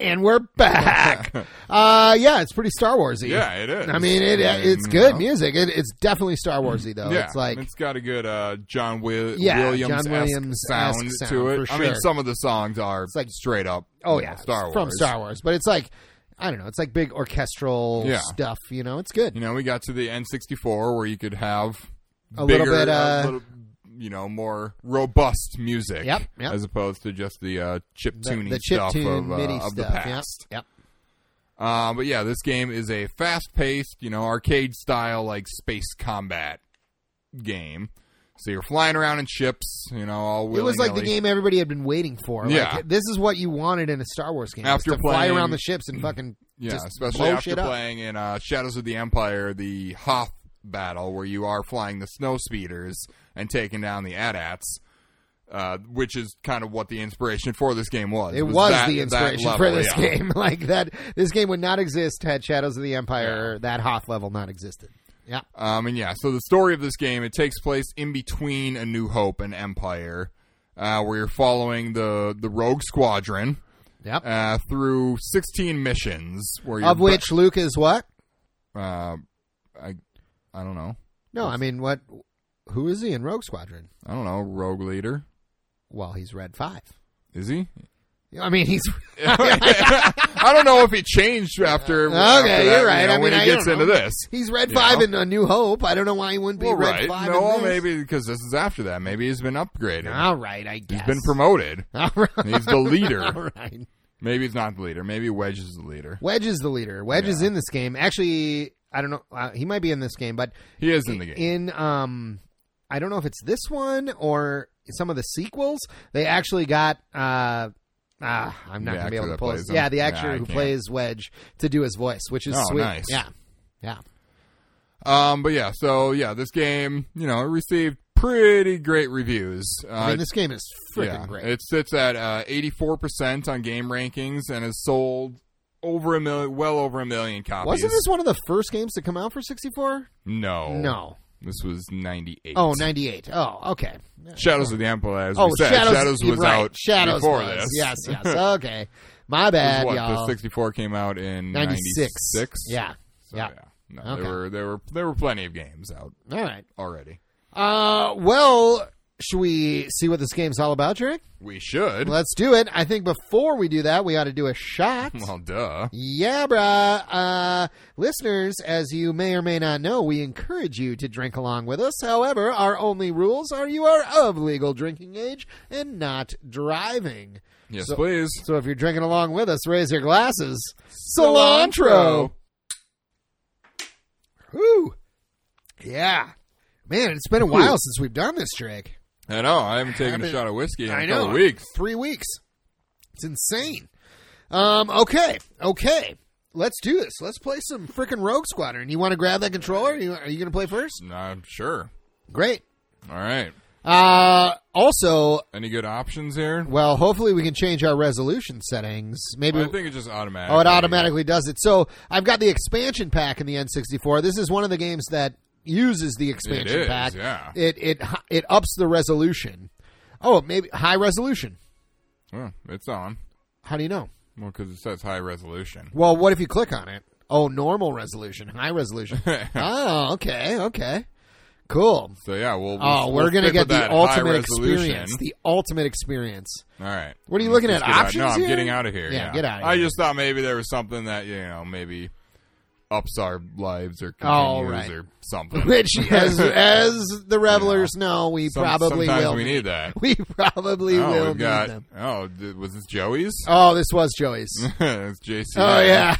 Speaker 2: And we're *laughs* back. uh, yeah, it's pretty Star Warsy.
Speaker 1: Yeah, it is.
Speaker 2: I mean, it, it's mm-hmm.
Speaker 1: you
Speaker 2: good
Speaker 1: know.
Speaker 2: music. It, it's definitely Star Warsy though.
Speaker 1: Yeah,
Speaker 2: it's like
Speaker 1: it's got a good uh, John Wi-
Speaker 2: Yeah,
Speaker 1: Williams
Speaker 2: John Williams-esque
Speaker 1: sound
Speaker 2: sound,
Speaker 1: to it.
Speaker 2: for
Speaker 1: I mean,
Speaker 2: sure.
Speaker 1: some of the songs are
Speaker 2: like-
Speaker 1: straight up.
Speaker 2: oh
Speaker 1: you know,
Speaker 2: yeah,
Speaker 1: Star Wars
Speaker 2: from Star Wars, but it's like I don't know. It's like big orchestral
Speaker 1: Yeah.
Speaker 2: stuff. You know, it's good.
Speaker 1: You know, we got to the N64 where you could have
Speaker 2: A
Speaker 1: bigger,
Speaker 2: little bit, uh,
Speaker 1: a little, you know, more robust music,
Speaker 2: Yep, yep.
Speaker 1: as opposed to just the uh, chip
Speaker 2: The,
Speaker 1: tuning
Speaker 2: the chip
Speaker 1: stuff
Speaker 2: tune
Speaker 1: of, uh,
Speaker 2: MIDI
Speaker 1: of the
Speaker 2: stuff.
Speaker 1: past.
Speaker 2: Yep.
Speaker 1: Uh, but yeah, this game is a fast-paced, you know, arcade-style like space combat game. So you're flying around in ships, you know, all
Speaker 2: Yep. It was like the
Speaker 1: willy-nilly.
Speaker 2: game everybody had been waiting for. Like,
Speaker 1: Yeah.
Speaker 2: this is what you wanted in a Star Wars game. was
Speaker 1: After
Speaker 2: to fly
Speaker 1: playing-
Speaker 2: around the
Speaker 1: *clears throat*
Speaker 2: ships and fucking
Speaker 1: Yeah,
Speaker 2: just
Speaker 1: especially
Speaker 2: blow
Speaker 1: after
Speaker 2: shit up.
Speaker 1: playing in uh, Shadows of the Empire, the Hoth battle, where you are flying the snow speeders and taking down the AT-ATs, uh, which is kind of what the inspiration for this game was.
Speaker 2: It was
Speaker 1: that-
Speaker 2: the
Speaker 1: that
Speaker 2: inspiration
Speaker 1: level,
Speaker 2: for this
Speaker 1: yeah.
Speaker 2: *laughs* game. Like that, this game would not exist had Shadows of the Empire that Hoth level not existed. Yeah,
Speaker 1: Um, and yeah, so the story of this game it takes place in between A New Hope and Empire, uh, where you're following the the Rogue Squadron
Speaker 2: yep.
Speaker 1: uh, through 16 missions, where you're
Speaker 2: of which Luke is what?
Speaker 1: uh, I I don't know,
Speaker 2: No, I mean what? Who is he in Rogue Squadron?
Speaker 1: I don't know, Rogue Leader.
Speaker 2: Well, he's Red Five.
Speaker 1: Is he?
Speaker 2: I mean, he's *laughs*
Speaker 1: *laughs* I don't know if he changed after.
Speaker 2: Okay,
Speaker 1: after that,
Speaker 2: you're right.
Speaker 1: you know,
Speaker 2: I mean,
Speaker 1: when
Speaker 2: I
Speaker 1: he gets
Speaker 2: don't
Speaker 1: into
Speaker 2: know.
Speaker 1: this,
Speaker 2: he's Red
Speaker 1: Yeah.
Speaker 2: Five in A New Hope. I don't know why he wouldn't be
Speaker 1: well,
Speaker 2: Red
Speaker 1: right?
Speaker 2: Five.
Speaker 1: no,
Speaker 2: in this. Ah,
Speaker 1: maybe because this is after that. Maybe he's been upgraded.
Speaker 2: All right, I guess
Speaker 1: He's been promoted.
Speaker 2: *laughs* All right.
Speaker 1: He's the
Speaker 2: All *laughs*
Speaker 1: leader.
Speaker 2: right.
Speaker 1: Maybe he's not the leader. Maybe Wedge is the leader.
Speaker 2: Wedge is the leader. Wedge is in this game. Actually, I don't know. Uh, he might be in this game, but
Speaker 1: He is in the game.
Speaker 2: in um I don't know if it's this one or some of the sequels. They actually got uh Ah, I'm not
Speaker 1: The
Speaker 2: gonna
Speaker 1: actor
Speaker 2: be able to
Speaker 1: that
Speaker 2: pull
Speaker 1: plays
Speaker 2: this.
Speaker 1: him?
Speaker 2: Yeah, the
Speaker 1: Yeah,
Speaker 2: actor
Speaker 1: I
Speaker 2: who
Speaker 1: can't.
Speaker 2: plays Wedge to do his voice, which is
Speaker 1: Oh,
Speaker 2: sweet.
Speaker 1: nice.
Speaker 2: Yeah, yeah.
Speaker 1: Um, but yeah, so yeah, this game, you know, it received pretty great reviews. Uh,
Speaker 2: I mean, this game is freaking
Speaker 1: yeah,
Speaker 2: great.
Speaker 1: It sits at uh, 84% on game rankings and has sold over a million, well over a million copies.
Speaker 2: Wasn't this one of the first games to come out for 64?
Speaker 1: No,
Speaker 2: No.
Speaker 1: This was 98.
Speaker 2: Oh, 98. Oh, okay.
Speaker 1: Shadows of the Empire, as
Speaker 2: oh,
Speaker 1: we said.
Speaker 2: Shadows,
Speaker 1: was
Speaker 2: right.
Speaker 1: out
Speaker 2: Shadows
Speaker 1: before
Speaker 2: was.
Speaker 1: this. *laughs*
Speaker 2: Yes,
Speaker 1: This
Speaker 2: yes. Okay. My
Speaker 1: is
Speaker 2: bad,
Speaker 1: what, the
Speaker 2: y'all.
Speaker 1: 64 came out in
Speaker 2: 96.
Speaker 1: 96?
Speaker 2: Yeah.
Speaker 1: So,
Speaker 2: yeah.
Speaker 1: No,
Speaker 2: Okay.
Speaker 1: there were there were there were plenty of games out
Speaker 2: All right.
Speaker 1: already.
Speaker 2: Uh, well, should we see what this game's all about, Drake?
Speaker 1: We should.
Speaker 2: Let's do it. I think before we do that, we ought to do a shot.
Speaker 1: Well, duh.
Speaker 2: Yeah, bruh. Uh, listeners, as you may or may not know, we encourage you to drink along with us. However, our only rules are you are of legal drinking age and not driving.
Speaker 1: Yes,
Speaker 2: So-
Speaker 1: please.
Speaker 2: So if you're drinking along with us, raise your glasses. Cilantro.
Speaker 1: Cilantro.
Speaker 2: Woo. Yeah. Man, it's been a while since we've done this, Drake.
Speaker 1: I know. I haven't taken
Speaker 2: Haven't-
Speaker 1: a shot of whiskey in
Speaker 2: I
Speaker 1: a
Speaker 2: know.
Speaker 1: couple weeks.
Speaker 2: Three weeks. It's insane. Um, okay. Okay. Let's do this. Let's play some freaking Rogue Squadron. You want to grab that controller? You, are you going to play first?
Speaker 1: I'm sure.
Speaker 2: Great.
Speaker 1: All right.
Speaker 2: Uh, also,
Speaker 1: Any good options here?
Speaker 2: well, hopefully we can change our resolution settings. Maybe
Speaker 1: I think it just automatic.
Speaker 2: Oh, it automatically does it. So I've got the expansion pack in the N64. This is one of the games that uses the expansion
Speaker 1: is,
Speaker 2: pack.
Speaker 1: yeah.
Speaker 2: It it it ups the resolution. Oh, maybe high resolution.
Speaker 1: Oh, it's on.
Speaker 2: How do you know?
Speaker 1: Well, because it says high resolution.
Speaker 2: Well, what if you click on it? Oh, normal resolution,
Speaker 1: *laughs*
Speaker 2: high resolution. oh, okay, okay, cool.
Speaker 1: So yeah, we'll.
Speaker 2: Oh,
Speaker 1: we'll
Speaker 2: we're gonna
Speaker 1: stick
Speaker 2: get
Speaker 1: with
Speaker 2: the
Speaker 1: that high
Speaker 2: ultimate
Speaker 1: resolution.
Speaker 2: experience. The ultimate experience.
Speaker 1: All right.
Speaker 2: What are you
Speaker 1: Let's
Speaker 2: looking
Speaker 1: just
Speaker 2: at?
Speaker 1: get out-
Speaker 2: Options
Speaker 1: No, I'm
Speaker 2: here?
Speaker 1: getting out of here.
Speaker 2: Yeah, get out of
Speaker 1: I
Speaker 2: here.
Speaker 1: just thought maybe there was something that you know maybe ups our lives or continues
Speaker 2: Oh, right.
Speaker 1: or
Speaker 2: *laughs*
Speaker 1: something.
Speaker 2: Which,
Speaker 1: *laughs*
Speaker 2: as as the revelers know, we
Speaker 1: Some-
Speaker 2: probably
Speaker 1: sometimes
Speaker 2: will.
Speaker 1: we need that.
Speaker 2: *laughs* We probably
Speaker 1: oh,
Speaker 2: will
Speaker 1: we've
Speaker 2: need
Speaker 1: got.
Speaker 2: them.
Speaker 1: Oh, th- was this Joey's?
Speaker 2: Oh, this was Joey's.
Speaker 1: *laughs* it's JC.
Speaker 2: Oh yeah.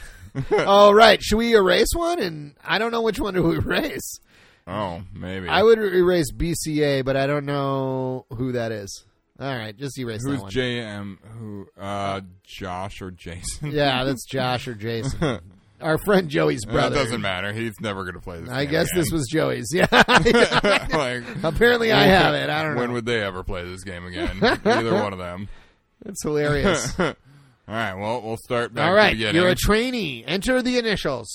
Speaker 1: *laughs*
Speaker 2: All right. Should we erase one? And I don't know which one do we *laughs* erase.
Speaker 1: Oh, maybe.
Speaker 2: I would erase BCA, but I don't know who that is. All right, just erase
Speaker 1: Who's
Speaker 2: that one.
Speaker 1: JM? Who? Uh, Josh or Jason?
Speaker 2: yeah, that's Josh or Jason. Our friend Joey's
Speaker 1: *laughs* that
Speaker 2: brother.
Speaker 1: doesn't matter. He's never gonna play this.
Speaker 2: I
Speaker 1: game
Speaker 2: guess
Speaker 1: again.
Speaker 2: this was Joey's. *laughs* Yeah. *laughs*
Speaker 1: *laughs* like,
Speaker 2: Apparently, I have it. I don't
Speaker 1: When
Speaker 2: know.
Speaker 1: would they ever play this game
Speaker 2: *laughs*
Speaker 1: again? Either one of them. *laughs*
Speaker 2: It's hilarious.
Speaker 1: All right. Well, we'll start back
Speaker 2: All
Speaker 1: to
Speaker 2: right,
Speaker 1: the beginning.
Speaker 2: you're a trainee. Enter the initials.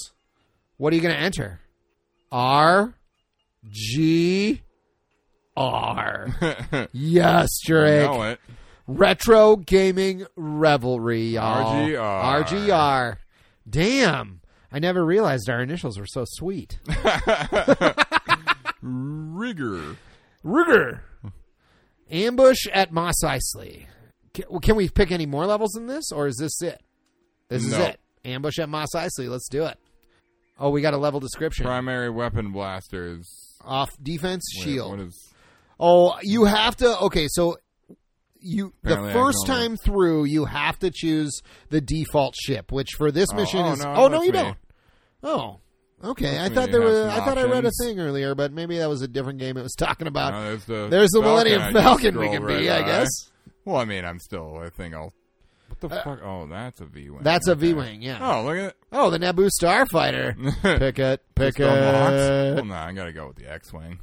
Speaker 2: What are you going to enter? R G
Speaker 1: *laughs*
Speaker 2: R. Yes, Drake.
Speaker 1: know it.
Speaker 2: Retro gaming revelry, y'all.
Speaker 1: RGR.
Speaker 2: RGR. Damn. I never realized our initials were so sweet.
Speaker 1: Rigor.
Speaker 2: Ruger. Ambush at Moss Isley. Can, well, can we pick any more levels in this, or is this it? This is
Speaker 1: No.
Speaker 2: it. Ambush at Moss Isley. Let's do it. Oh, we got a level description.
Speaker 1: Primary weapon blasters.
Speaker 2: Off defense,
Speaker 1: Wait,
Speaker 2: shield.
Speaker 1: What is?
Speaker 2: Oh, you have to. Okay, so you
Speaker 1: Apparently
Speaker 2: the
Speaker 1: I
Speaker 2: first
Speaker 1: don't know.
Speaker 2: time through, you have to choose the default ship, which for this
Speaker 1: Oh,
Speaker 2: mission
Speaker 1: oh,
Speaker 2: is.
Speaker 1: no,
Speaker 2: oh no,
Speaker 1: that's
Speaker 2: you
Speaker 1: me.
Speaker 2: don't. Oh, okay. I
Speaker 1: me,
Speaker 2: thought
Speaker 1: you
Speaker 2: there
Speaker 1: have
Speaker 2: were.
Speaker 1: some
Speaker 2: I thought I read a
Speaker 1: options.
Speaker 2: thing earlier, but maybe that was a different game it was talking about.
Speaker 1: No, there's the.
Speaker 2: Uh, There's the
Speaker 1: Falcon I
Speaker 2: Millennium
Speaker 1: just
Speaker 2: Falcon we
Speaker 1: scrolled
Speaker 2: can
Speaker 1: right
Speaker 2: be, I
Speaker 1: by.
Speaker 2: guess. Uh,
Speaker 1: Well, I mean, I'm still. I think I'll. What the fuck? Oh, that's a V wing.
Speaker 2: That's a V wing, yeah.
Speaker 1: Oh, look at *laughs*
Speaker 2: Oh, the Naboo Starfighter.
Speaker 1: it.
Speaker 2: Pick it,
Speaker 1: It's
Speaker 2: pick
Speaker 1: still unlocked?
Speaker 2: it.
Speaker 1: Well, nah, I gotta go with the X wing.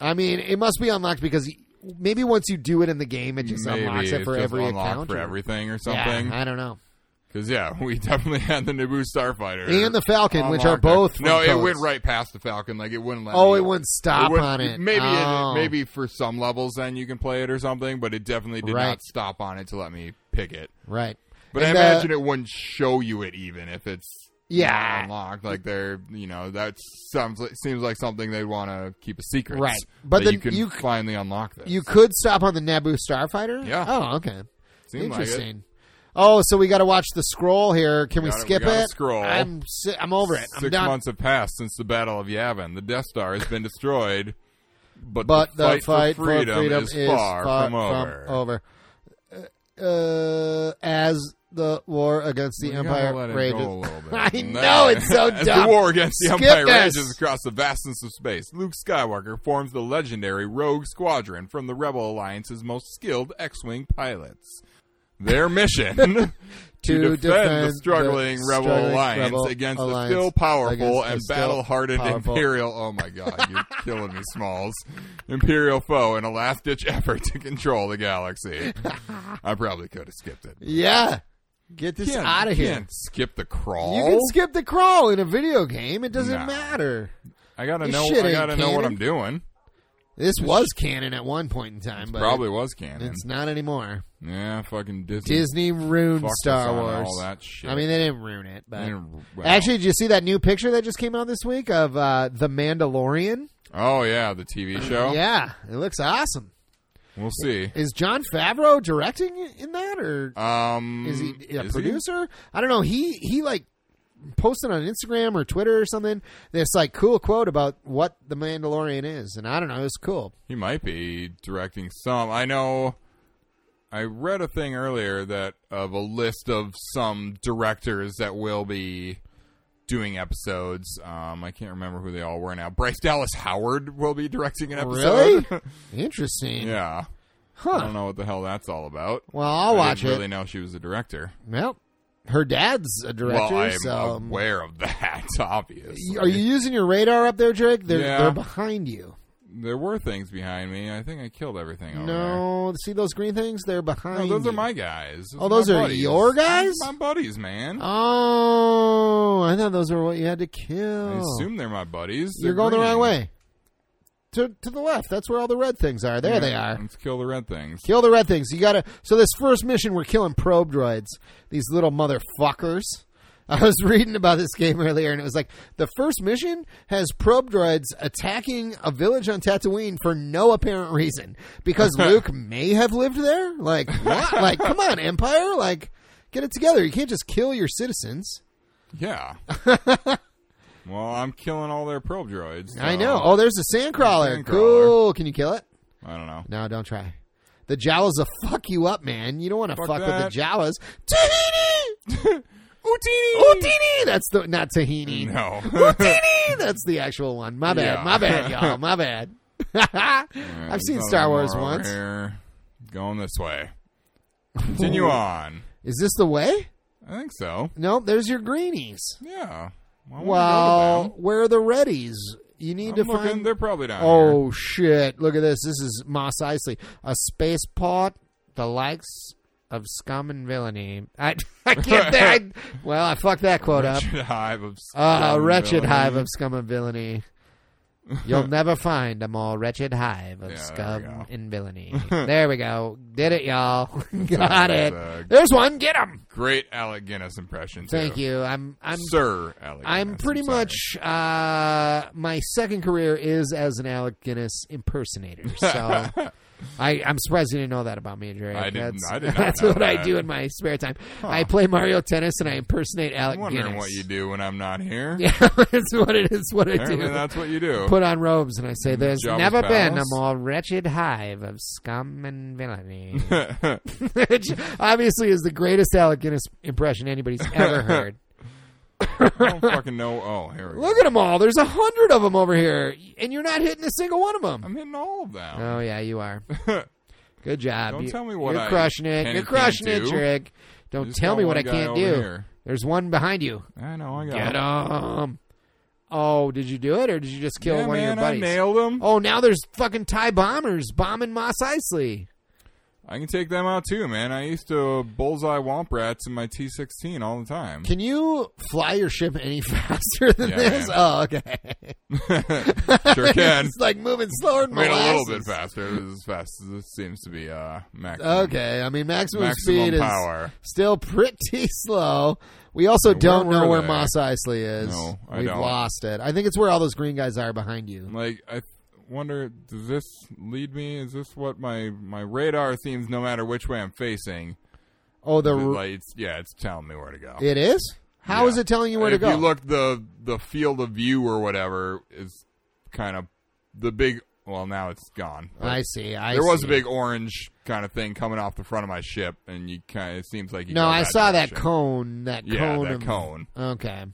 Speaker 2: I mean, it must be unlocked because maybe once you do it in the game, it just
Speaker 1: Maybe
Speaker 2: unlocks it
Speaker 1: it's
Speaker 2: for
Speaker 1: just
Speaker 2: every
Speaker 1: unlocked
Speaker 2: account.
Speaker 1: for
Speaker 2: or-
Speaker 1: everything or
Speaker 2: Yeah,
Speaker 1: something.
Speaker 2: I don't know.
Speaker 1: Because yeah, *laughs* we definitely had the Naboo Starfighter
Speaker 2: And the Falcon, which are
Speaker 1: unlocked there.
Speaker 2: both. from
Speaker 1: No, it
Speaker 2: codes.
Speaker 1: went right past the Falcon. Like it wouldn't let.
Speaker 2: Oh,
Speaker 1: me-
Speaker 2: it wouldn't stop
Speaker 1: wouldn't-
Speaker 2: on it.
Speaker 1: Maybe
Speaker 2: Oh.
Speaker 1: it, maybe for some levels, then you can play it or something. But it definitely did
Speaker 2: Right.
Speaker 1: not stop on it to let me pick it.
Speaker 2: Right.
Speaker 1: But
Speaker 2: And,
Speaker 1: I imagine
Speaker 2: uh,
Speaker 1: it wouldn't show you it even if it's
Speaker 2: Yeah.
Speaker 1: unlocked. Like they're you know that sounds like, seems like something they'd want to keep a secret,
Speaker 2: Right. But
Speaker 1: that
Speaker 2: then
Speaker 1: you can
Speaker 2: you c-
Speaker 1: finally unlock this.
Speaker 2: You could stop on the Naboo Starfighter?
Speaker 1: Yeah.
Speaker 2: Oh, okay.
Speaker 1: Seemed like it.
Speaker 2: Interesting. Oh, so we got to watch the scroll here. Can we
Speaker 1: Gotta- we
Speaker 2: skip
Speaker 1: gotta
Speaker 2: it?
Speaker 1: scroll.
Speaker 2: I'm si- I'm over it. I'm
Speaker 1: Six
Speaker 2: done.
Speaker 1: months have passed since the Battle of Yavin. The Death Star has been destroyed, but,
Speaker 2: but the
Speaker 1: fight, for freedom,
Speaker 2: freedom
Speaker 1: is, far,
Speaker 2: far
Speaker 1: from, over.
Speaker 2: over. Uh, as the war against the
Speaker 1: We gotta
Speaker 2: empire
Speaker 1: let it
Speaker 2: rages.
Speaker 1: go a little bit.
Speaker 2: *laughs* I
Speaker 1: And
Speaker 2: know it's so
Speaker 1: *laughs* as
Speaker 2: dumb.
Speaker 1: The war against the
Speaker 2: Skip
Speaker 1: Empire
Speaker 2: this.
Speaker 1: rages across the vastness of space. Luke Skywalker forms the legendary Rogue Squadron from the Rebel Alliance's most skilled X-wing pilots. Their
Speaker 2: *laughs*
Speaker 1: mission *laughs* to, defend,
Speaker 2: defend
Speaker 1: the struggling
Speaker 2: the
Speaker 1: Rebel
Speaker 2: struggling
Speaker 1: Alliance
Speaker 2: Rebel
Speaker 1: against
Speaker 2: Alliance
Speaker 1: the still powerful
Speaker 2: against the
Speaker 1: and
Speaker 2: still
Speaker 1: battle-hardened
Speaker 2: powerful-
Speaker 1: Imperial. Oh my God,
Speaker 2: *laughs*
Speaker 1: you're killing me, Smalls! Imperial foe in a last-ditch *laughs* effort to control the galaxy.
Speaker 2: *laughs*
Speaker 1: I probably could have skipped it.
Speaker 2: Yeah. Get this
Speaker 1: Can't-
Speaker 2: out of here.
Speaker 1: can't skip the crawl.
Speaker 2: You can skip the crawl in a video game. It doesn't
Speaker 1: No.
Speaker 2: matter.
Speaker 1: I gotta
Speaker 2: This
Speaker 1: know.
Speaker 2: shit
Speaker 1: I
Speaker 2: ain't
Speaker 1: gotta know what
Speaker 2: canon.
Speaker 1: I'm doing.
Speaker 2: This was canon at one point in time, but
Speaker 1: Probably was canon.
Speaker 2: it's not anymore.
Speaker 1: yeah, fucking Disney.
Speaker 2: Disney ruined
Speaker 1: fucked us
Speaker 2: Star
Speaker 1: on
Speaker 2: Wars.
Speaker 1: All that shit.
Speaker 2: I mean, they didn't ruin it, but
Speaker 1: And- well.
Speaker 2: actually, did you see that new picture that just came out this week of uh, the Mandalorian? Uh,
Speaker 1: oh yeah, the TV show.
Speaker 2: Yeah, it looks awesome.
Speaker 1: We'll see.
Speaker 2: Is John Favreau directing in that, or
Speaker 1: Um,
Speaker 2: is he a producer? I don't know. He he like posted on Instagram or Twitter or something this like cool quote about what the Mandalorian is, and I don't know. It was cool.
Speaker 1: He might be directing some. I know. I read a thing earlier that of a list of some directors that will be doing episodes. Um, I can't remember who they all were now. Bryce Dallas Howard will be directing an *laughs* episode.
Speaker 2: Really interesting.
Speaker 1: yeah. I
Speaker 2: Huh.
Speaker 1: don't know what the hell that's all about.
Speaker 2: Well, I'll
Speaker 1: I
Speaker 2: watch
Speaker 1: didn't
Speaker 2: it.
Speaker 1: really know she was a director.
Speaker 2: Well, her dad's a director.
Speaker 1: well, I'm
Speaker 2: so um,
Speaker 1: aware of *laughs* that, obviously.
Speaker 2: are you using your radar up there, Drake? They're
Speaker 1: Yeah.
Speaker 2: they're behind you.
Speaker 1: There were things behind me. I think I killed everything over
Speaker 2: No, see those green things? They're behind.
Speaker 1: there. Oh, No, those
Speaker 2: you.
Speaker 1: are my guys. my
Speaker 2: Oh, those are
Speaker 1: buddies.
Speaker 2: your guys?
Speaker 1: My buddies, man.
Speaker 2: Oh, I thought those were what you had to kill.
Speaker 1: I assume they're my buddies. They're
Speaker 2: Oh. You're going the
Speaker 1: green.
Speaker 2: wrong way. To to the left. That's where all the red things are. There
Speaker 1: Yeah,
Speaker 2: they are.
Speaker 1: Let's kill the red things.
Speaker 2: Kill the red things. You gotta. So this first mission, we're killing probe droids. These little motherfuckers. I was *laughs* reading about this game earlier, and it was like the first mission has probe droids attacking a village on Tatooine for no apparent reason because Luke may have lived there. Like, what? like, come on, Empire! Like, get it together. You can't just kill your citizens. *laughs*
Speaker 1: Yeah. well, I'm killing all their probe droids. so-
Speaker 2: I know. Oh, there's a sandcrawler.
Speaker 1: Sandcrawler.
Speaker 2: Cool. Can you kill it?
Speaker 1: I don't
Speaker 2: *laughs*
Speaker 1: know.
Speaker 2: No, don't try. The Jawas will fuck you up, man. You don't want to
Speaker 1: Fuck
Speaker 2: fuck, with the
Speaker 1: that. *laughs*
Speaker 2: Jawas. Tahini!
Speaker 1: Utini!
Speaker 2: Utini! That's the not tahini.
Speaker 1: No.
Speaker 2: Utini! That's the actual one. My bad.
Speaker 1: Mm-hmm. Yeah.
Speaker 2: My
Speaker 1: *laughs*
Speaker 2: bad, y'all. My bad. *laughs* I've seen Star Wars once.
Speaker 1: Here. Going this way.
Speaker 2: *laughs*
Speaker 1: Continue on.
Speaker 2: Is this the way?
Speaker 1: I think so.
Speaker 2: No, there's your greenies.
Speaker 1: Yeah. Well, I wanna go to
Speaker 2: Well,
Speaker 1: them.
Speaker 2: where are the reddies? You need
Speaker 1: I'm
Speaker 2: to
Speaker 1: looking.
Speaker 2: find.
Speaker 1: They're probably down here.
Speaker 2: Oh shit! Look at this. This is Moss Isley, a space pod, the likes of scum and villainy. I *laughs* I can't. that.
Speaker 1: *laughs*
Speaker 2: well, I fucked *laughs* that quote up.
Speaker 1: Wretched hive of
Speaker 2: Ah,
Speaker 1: scum
Speaker 2: wretched
Speaker 1: villainy.
Speaker 2: hive of scum and villainy.
Speaker 1: *laughs*
Speaker 2: You'll never find a more wretched hive of
Speaker 1: Yeah, there we
Speaker 2: scum
Speaker 1: go.
Speaker 2: and villainy.
Speaker 1: *laughs*
Speaker 2: there we go. Did it, y'all. *laughs* Got
Speaker 1: That was
Speaker 2: it.
Speaker 1: a
Speaker 2: There's one. Get him.
Speaker 1: Great Alec Guinness impression. Too.
Speaker 2: Thank you. I'm I'm
Speaker 1: Sir Alec.
Speaker 2: I'm
Speaker 1: Guinness,
Speaker 2: pretty
Speaker 1: sorry.
Speaker 2: much uh, my second career is as an Alec Guinness
Speaker 1: *laughs*
Speaker 2: impersonator. So I, I'm surprised you didn't know that about me, Jerry.
Speaker 1: I didn't-
Speaker 2: That's,
Speaker 1: I did not
Speaker 2: that's
Speaker 1: know
Speaker 2: what I
Speaker 1: that.
Speaker 2: do in my spare time. I play Mario Tennis and I impersonate Alec
Speaker 1: I'm wondering
Speaker 2: Guinness.
Speaker 1: what you do when I'm not here.
Speaker 2: *laughs* Yeah, that's what it is. What I do.
Speaker 1: Apparently, that's what you do. *laughs*
Speaker 2: Put on robes and I say, "There's
Speaker 1: Jabba's
Speaker 2: never been a
Speaker 1: palace."
Speaker 2: more wretched hive of scum
Speaker 1: *laughs*
Speaker 2: and villainy," *laughs* which obviously is the greatest Alec Guinness impression anybody's
Speaker 1: *laughs*
Speaker 2: ever heard.
Speaker 1: I don't fucking know. Oh, here we go.
Speaker 2: Look at them all. There's a hundred of them over here, and you're not hitting a single one of them.
Speaker 1: I'm hitting all of them.
Speaker 2: Oh yeah,
Speaker 1: *laughs*
Speaker 2: you are. Good job.
Speaker 1: Don't
Speaker 2: you,
Speaker 1: tell me what
Speaker 2: you're
Speaker 1: I
Speaker 2: crushing it.
Speaker 1: can
Speaker 2: You're
Speaker 1: and
Speaker 2: crushing
Speaker 1: can't
Speaker 2: it,
Speaker 1: do.
Speaker 2: Drake. Don't
Speaker 1: Just
Speaker 2: tell
Speaker 1: got
Speaker 2: me what
Speaker 1: one
Speaker 2: I
Speaker 1: guy
Speaker 2: can't
Speaker 1: over
Speaker 2: do.
Speaker 1: here. Oh.
Speaker 2: There's one behind you.
Speaker 1: I know. I got
Speaker 2: Get
Speaker 1: it.
Speaker 2: him. Oh, did you do it, or did you just kill
Speaker 1: Yeah,
Speaker 2: one
Speaker 1: man,
Speaker 2: of your buddies?
Speaker 1: I nailed them.
Speaker 2: Oh, now there's fucking Thai bombers bombing Moss Isley.
Speaker 1: I can take them out too, man. I used to bullseye womp rats in my T16 all the
Speaker 2: *laughs*
Speaker 1: time.
Speaker 2: Can you fly your ship any *laughs* faster than
Speaker 1: Yeah,
Speaker 2: this?
Speaker 1: man.
Speaker 2: Oh, okay.
Speaker 1: sure can.
Speaker 2: *laughs* it's like moving slower than
Speaker 1: I mean, a little bit
Speaker 2: molasses.
Speaker 1: faster. This is as fast as it seems to be uh, maximum,
Speaker 2: Okay, I mean maximum,
Speaker 1: maximum
Speaker 2: speed
Speaker 1: power.
Speaker 2: is still pretty *laughs* slow. We also don't
Speaker 1: where
Speaker 2: know
Speaker 1: were
Speaker 2: where
Speaker 1: they?
Speaker 2: Moss Isley is.
Speaker 1: No, I
Speaker 2: We've
Speaker 1: don't.
Speaker 2: lost it. I think it's where all those green guys are behind you.
Speaker 1: Like, I wonder, does this lead me? Is this what my, my radar seems no matter which way I'm facing?
Speaker 2: Oh, the
Speaker 1: It, like, it's, yeah, it's telling me where to go.
Speaker 2: it is. How is
Speaker 1: Yeah.
Speaker 2: it telling you where
Speaker 1: if
Speaker 2: to go?
Speaker 1: you look, the the field of view or whatever is kind of the big. Well, now it's gone. But
Speaker 2: I see. I
Speaker 1: there was a
Speaker 2: see.
Speaker 1: big orange kind of thing coming off the front of my ship, and you kind of it seems like you
Speaker 2: No,
Speaker 1: go
Speaker 2: I saw that
Speaker 1: direction.
Speaker 2: cone. That
Speaker 1: Yeah,
Speaker 2: cone.
Speaker 1: that
Speaker 2: of-
Speaker 1: cone.
Speaker 2: Okay.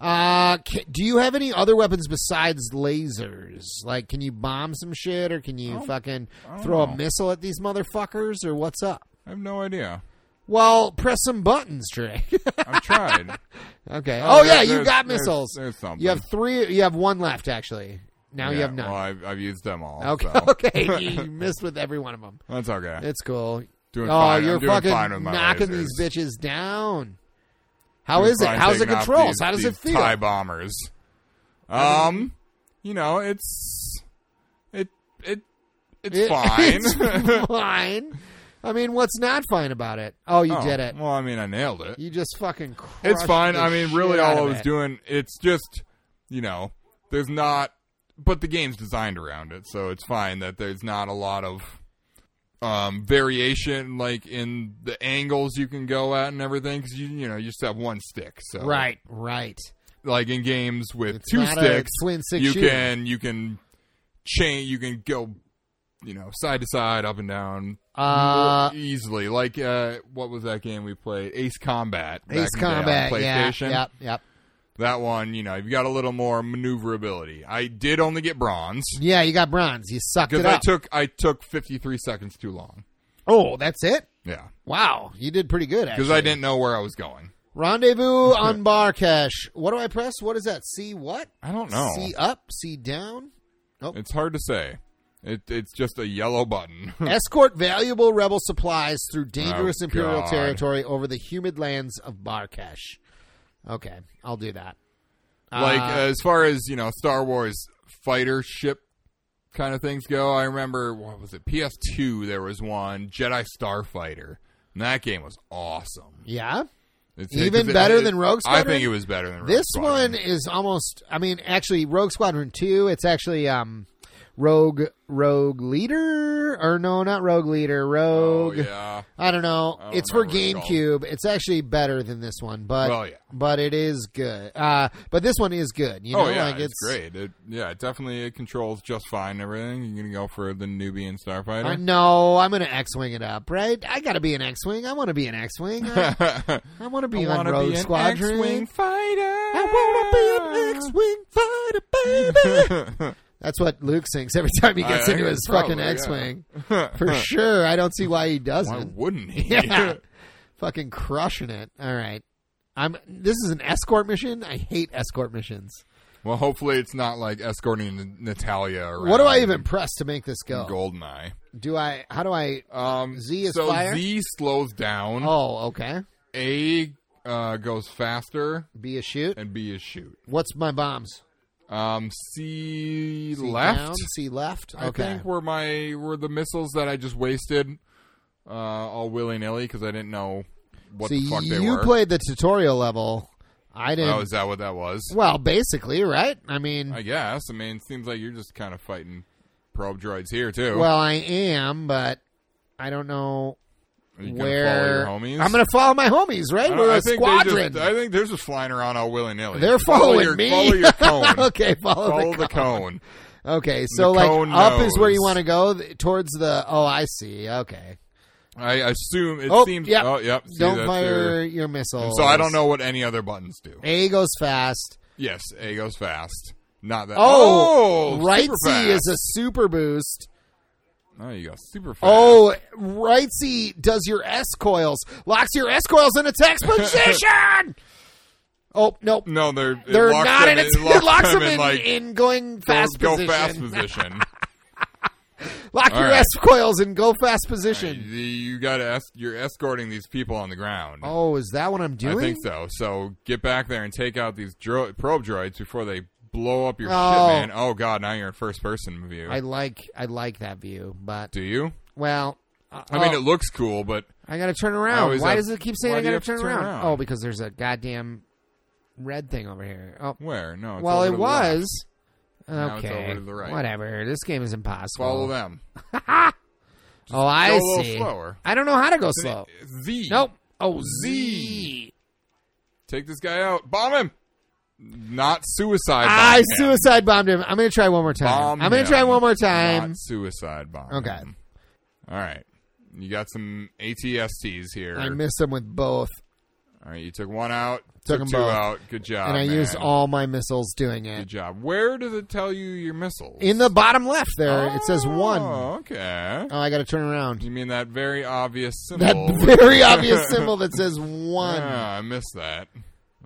Speaker 2: Uh, ca do you have any other weapons besides lasers? Like, can you bomb some shit, or can you fucking
Speaker 1: Oh, I don't
Speaker 2: throw a
Speaker 1: know.
Speaker 2: missile at these motherfuckers, or what's up?
Speaker 1: I have no idea.
Speaker 2: Well, press some buttons, Trey. *laughs*
Speaker 1: I've tried.
Speaker 2: okay. Oh, yeah,
Speaker 1: there-
Speaker 2: you
Speaker 1: there's-
Speaker 2: got
Speaker 1: there's-
Speaker 2: missiles.
Speaker 1: There's, something.
Speaker 2: you have three. You have one left, actually. Now you
Speaker 1: Yeah,
Speaker 2: have none.
Speaker 1: Well, I've, I've used them all.
Speaker 2: okay.
Speaker 1: so.
Speaker 2: *laughs*
Speaker 1: *laughs*
Speaker 2: Okay. you missed with every one of them.
Speaker 1: that's okay.
Speaker 2: It's cool.
Speaker 1: Doing
Speaker 2: oh,
Speaker 1: fine. I'm
Speaker 2: you're
Speaker 1: doing
Speaker 2: fucking
Speaker 1: fine with my
Speaker 2: knocking
Speaker 1: lasers.
Speaker 2: these bitches down. How
Speaker 1: Doing
Speaker 2: is it?
Speaker 1: fine
Speaker 2: How's it
Speaker 1: taking off
Speaker 2: controls?
Speaker 1: these-
Speaker 2: How does it
Speaker 1: these
Speaker 2: feel?
Speaker 1: Tie bombers. Um, you know, it's it it it's
Speaker 2: It- *laughs*
Speaker 1: fine. *laughs*
Speaker 2: it's *laughs* fine. I mean, what's not fine about it? Oh, you
Speaker 1: Oh,
Speaker 2: did it.
Speaker 1: Well, I mean, I nailed it.
Speaker 2: You just fucking. crushed
Speaker 1: It's fine.
Speaker 2: the
Speaker 1: I mean,
Speaker 2: shit
Speaker 1: really, all
Speaker 2: out
Speaker 1: I
Speaker 2: of
Speaker 1: was
Speaker 2: it.
Speaker 1: doing, it's just, you know, there's not, but the game's designed around it, so it's fine that there's not a lot of um, variation, like in the angles you can go at and everything, because you you know you just have one stick. So
Speaker 2: Right, right.
Speaker 1: like in games with
Speaker 2: It's
Speaker 1: two
Speaker 2: not a
Speaker 1: sticks,
Speaker 2: twin six
Speaker 1: you
Speaker 2: shooter.
Speaker 1: can you can chain, you can go, you know, side to side, up and down,
Speaker 2: Uh,
Speaker 1: more easily. Like uh, what was that game we played? Ace Combat. back
Speaker 2: Ace
Speaker 1: in the day on
Speaker 2: Combat, yeah,
Speaker 1: PlayStation.
Speaker 2: yep, yep.
Speaker 1: That one, you know, you've got a little more maneuverability. I did only get bronze
Speaker 2: Yeah, you got bronze. You sucked
Speaker 1: because
Speaker 2: it
Speaker 1: I
Speaker 2: up.
Speaker 1: took I took fifty three seconds too long.
Speaker 2: oh, that's it.
Speaker 1: Yeah,
Speaker 2: Wow, you did pretty good.
Speaker 1: because
Speaker 2: Actually,
Speaker 1: I didn't know where I was going. *laughs*
Speaker 2: Rendezvous on Barkesh. What do I press? What is that? C what?
Speaker 1: I don't know.
Speaker 2: C up, C down.
Speaker 1: It's hard to say. It, it's just a yellow button. *laughs*
Speaker 2: Escort valuable rebel supplies through dangerous
Speaker 1: Hmm. Oh,
Speaker 2: imperial
Speaker 1: God.
Speaker 2: territory over the humid lands of Barkesh. Okay, I'll do that.
Speaker 1: like
Speaker 2: Uh,
Speaker 1: as far as you know, Star Wars fighter ship kind of things go. I remember what was it? PS2. There was one Jedi Starfighter, and that game was awesome.
Speaker 2: yeah.
Speaker 1: It's,
Speaker 2: Even
Speaker 1: 'cause it-
Speaker 2: better
Speaker 1: it-
Speaker 2: than Rogue
Speaker 1: I
Speaker 2: Squadron?
Speaker 1: think it was better than Rogue
Speaker 2: This
Speaker 1: Squadron.
Speaker 2: one is almost. I mean, actually, Rogue Squadron Two. It's actually um, Rogue Rogue Leader, or no, not Rogue Leader.
Speaker 1: Oh,
Speaker 2: Rogue.
Speaker 1: yeah.
Speaker 2: I don't know.
Speaker 1: I don't
Speaker 2: it's for
Speaker 1: remember what it's
Speaker 2: GameCube. It's actually better than this one, but
Speaker 1: Well, yeah.
Speaker 2: but it is good. Uh, but this one is good. You know,
Speaker 1: oh yeah,
Speaker 2: like
Speaker 1: it's, great. It, yeah, it definitely it controls just fine. and Everything you're gonna go for the newbie and
Speaker 2: I
Speaker 1: starfighter.
Speaker 2: no, I'm gonna X-wing it up, right? I gotta be an X-wing. I want to be an X-wing.
Speaker 1: *laughs*
Speaker 2: I,
Speaker 1: *laughs* I
Speaker 2: I want to be on
Speaker 1: wanna
Speaker 2: Rogue
Speaker 1: be an
Speaker 2: Squadron.
Speaker 1: X-wing fighter.
Speaker 2: I want to be an X-wing fighter, baby.
Speaker 1: *laughs*
Speaker 2: That's what Luke sings every time he gets
Speaker 1: I- I
Speaker 2: into
Speaker 1: *laughs*
Speaker 2: his
Speaker 1: probably,
Speaker 2: fucking
Speaker 1: yeah. *laughs*
Speaker 2: X-wing. For sure, I don't see why he
Speaker 1: Why
Speaker 2: doesn't.
Speaker 1: wouldn't he?
Speaker 2: *laughs* Yeah. fucking crushing it. All right. I'm this is an escort mission. I hate escort missions.
Speaker 1: Well, hopefully it's not like escorting N- Natalia around.
Speaker 2: What do I even press to make this go?
Speaker 1: Goldeneye.
Speaker 2: Do I how do I uh,
Speaker 1: Um,
Speaker 2: Z is
Speaker 1: so
Speaker 2: fire?
Speaker 1: Z slows down.
Speaker 2: Oh, okay.
Speaker 1: A uh, goes faster,
Speaker 2: Be a shoot.
Speaker 1: and B is shoot.
Speaker 2: What's my bombs?
Speaker 1: Um, C,
Speaker 2: See
Speaker 1: left.
Speaker 2: down, see left.
Speaker 1: I
Speaker 2: Okay.
Speaker 1: think were my were the missiles that I just wasted uh, all willy nilly because I didn't know what
Speaker 2: see,
Speaker 1: the fuck they
Speaker 2: you
Speaker 1: were.
Speaker 2: played the tutorial level. I didn't.
Speaker 1: oh, is that what that was?
Speaker 2: well, basically, right? I mean,
Speaker 1: I guess. I mean, it seems like you're just kind of fighting probe droids here too.
Speaker 2: well, I am, but I don't know
Speaker 1: Are you gonna
Speaker 2: where.
Speaker 1: follow your homies?
Speaker 2: I'm going to follow my homies, right? We're a
Speaker 1: I think they just-
Speaker 2: squadron.
Speaker 1: I think they're just flying around all willy nilly.
Speaker 2: They're following
Speaker 1: your,
Speaker 2: me.
Speaker 1: Follow your cone.
Speaker 2: okay, *laughs* follow,
Speaker 1: follow
Speaker 2: the,
Speaker 1: the cone.
Speaker 2: Okay, so
Speaker 1: the
Speaker 2: like
Speaker 1: cone
Speaker 2: up is where you
Speaker 1: knows.
Speaker 2: want to go th- towards the. Oh, I see. Okay.
Speaker 1: I assume it
Speaker 2: Oh,
Speaker 1: seems.
Speaker 2: yep.
Speaker 1: Oh, yep. See,
Speaker 2: don't
Speaker 1: that's
Speaker 2: fire
Speaker 1: your-
Speaker 2: your missiles.
Speaker 1: so I don't know what any other buttons do.
Speaker 2: A goes fast.
Speaker 1: Yes, A goes fast. Not that.
Speaker 2: Oh,
Speaker 1: Oh,
Speaker 2: right
Speaker 1: super
Speaker 2: C is
Speaker 1: fast.
Speaker 2: a super boost.
Speaker 1: Oh, you go super fast.
Speaker 2: Oh, right C does your S coils, locks your S coils in attack
Speaker 1: *laughs*
Speaker 2: position. oh nope,
Speaker 1: no, they're it
Speaker 2: they're
Speaker 1: locks
Speaker 2: not
Speaker 1: them
Speaker 2: in it.
Speaker 1: It locks, them
Speaker 2: in,
Speaker 1: like
Speaker 2: in going
Speaker 1: go-
Speaker 2: fast
Speaker 1: go,
Speaker 2: position.
Speaker 1: fast position.
Speaker 2: Lock your
Speaker 1: Alright.
Speaker 2: S coils and go fast *laughs* position.
Speaker 1: you you gotta es- you're escorting these people on the ground.
Speaker 2: Oh, is that what I'm
Speaker 1: I
Speaker 2: doing?
Speaker 1: think so. So get back there and take out these dro- probe droids before they blow up your
Speaker 2: Oh.
Speaker 1: shit, man. Oh god, now you're in first person view.
Speaker 2: I like I like that view, but
Speaker 1: Do you?
Speaker 2: well, uh,
Speaker 1: I mean,
Speaker 2: oh,
Speaker 1: it looks cool, but
Speaker 2: I gotta turn
Speaker 1: I
Speaker 2: around.
Speaker 1: always
Speaker 2: Why
Speaker 1: have-
Speaker 2: does it keep saying
Speaker 1: why
Speaker 2: I
Speaker 1: do
Speaker 2: gotta
Speaker 1: you have to
Speaker 2: turn,
Speaker 1: turn
Speaker 2: around?
Speaker 1: around?
Speaker 2: Oh, because there's a goddamn red thing over here. Oh,
Speaker 1: where? No. It's
Speaker 2: well,
Speaker 1: over
Speaker 2: it
Speaker 1: to the left.
Speaker 2: was.
Speaker 1: Now it's
Speaker 2: okay.
Speaker 1: over to the right.
Speaker 2: Whatever. This game is impossible.
Speaker 1: Follow them.
Speaker 2: Oh, I
Speaker 1: go a little
Speaker 2: see.
Speaker 1: slower.
Speaker 2: I don't know how to go slow.
Speaker 1: Z.
Speaker 2: Nope. Oh,
Speaker 1: Z.
Speaker 2: Z.
Speaker 1: Take this guy out. Bomb him. Not suicide.
Speaker 2: I
Speaker 1: bomb him.
Speaker 2: suicide bombed him. I'm gonna try one more time.
Speaker 1: Bomb
Speaker 2: I'm gonna
Speaker 1: him.
Speaker 2: try one more time.
Speaker 1: Not suicide bomb.
Speaker 2: Okay.
Speaker 1: him. All right. You got some ATSTs here.
Speaker 2: I missed him with both,
Speaker 1: All right. You took one out.
Speaker 2: Took
Speaker 1: Took,
Speaker 2: them
Speaker 1: two
Speaker 2: both.
Speaker 1: out. Good job.
Speaker 2: and I
Speaker 1: Ah, man.
Speaker 2: used all my missiles doing
Speaker 1: Good
Speaker 2: it.
Speaker 1: job. Where does it tell you your missiles?
Speaker 2: In the bottom left there, it says one. Oh,
Speaker 1: Oh, okay.
Speaker 2: I gotta turn
Speaker 1: *laughs*
Speaker 2: around.
Speaker 1: You mean that very obvious symbol?
Speaker 2: That
Speaker 1: with- *laughs*
Speaker 2: *laughs* very obvious symbol that says one.
Speaker 1: Oh. Yeah, I missed that.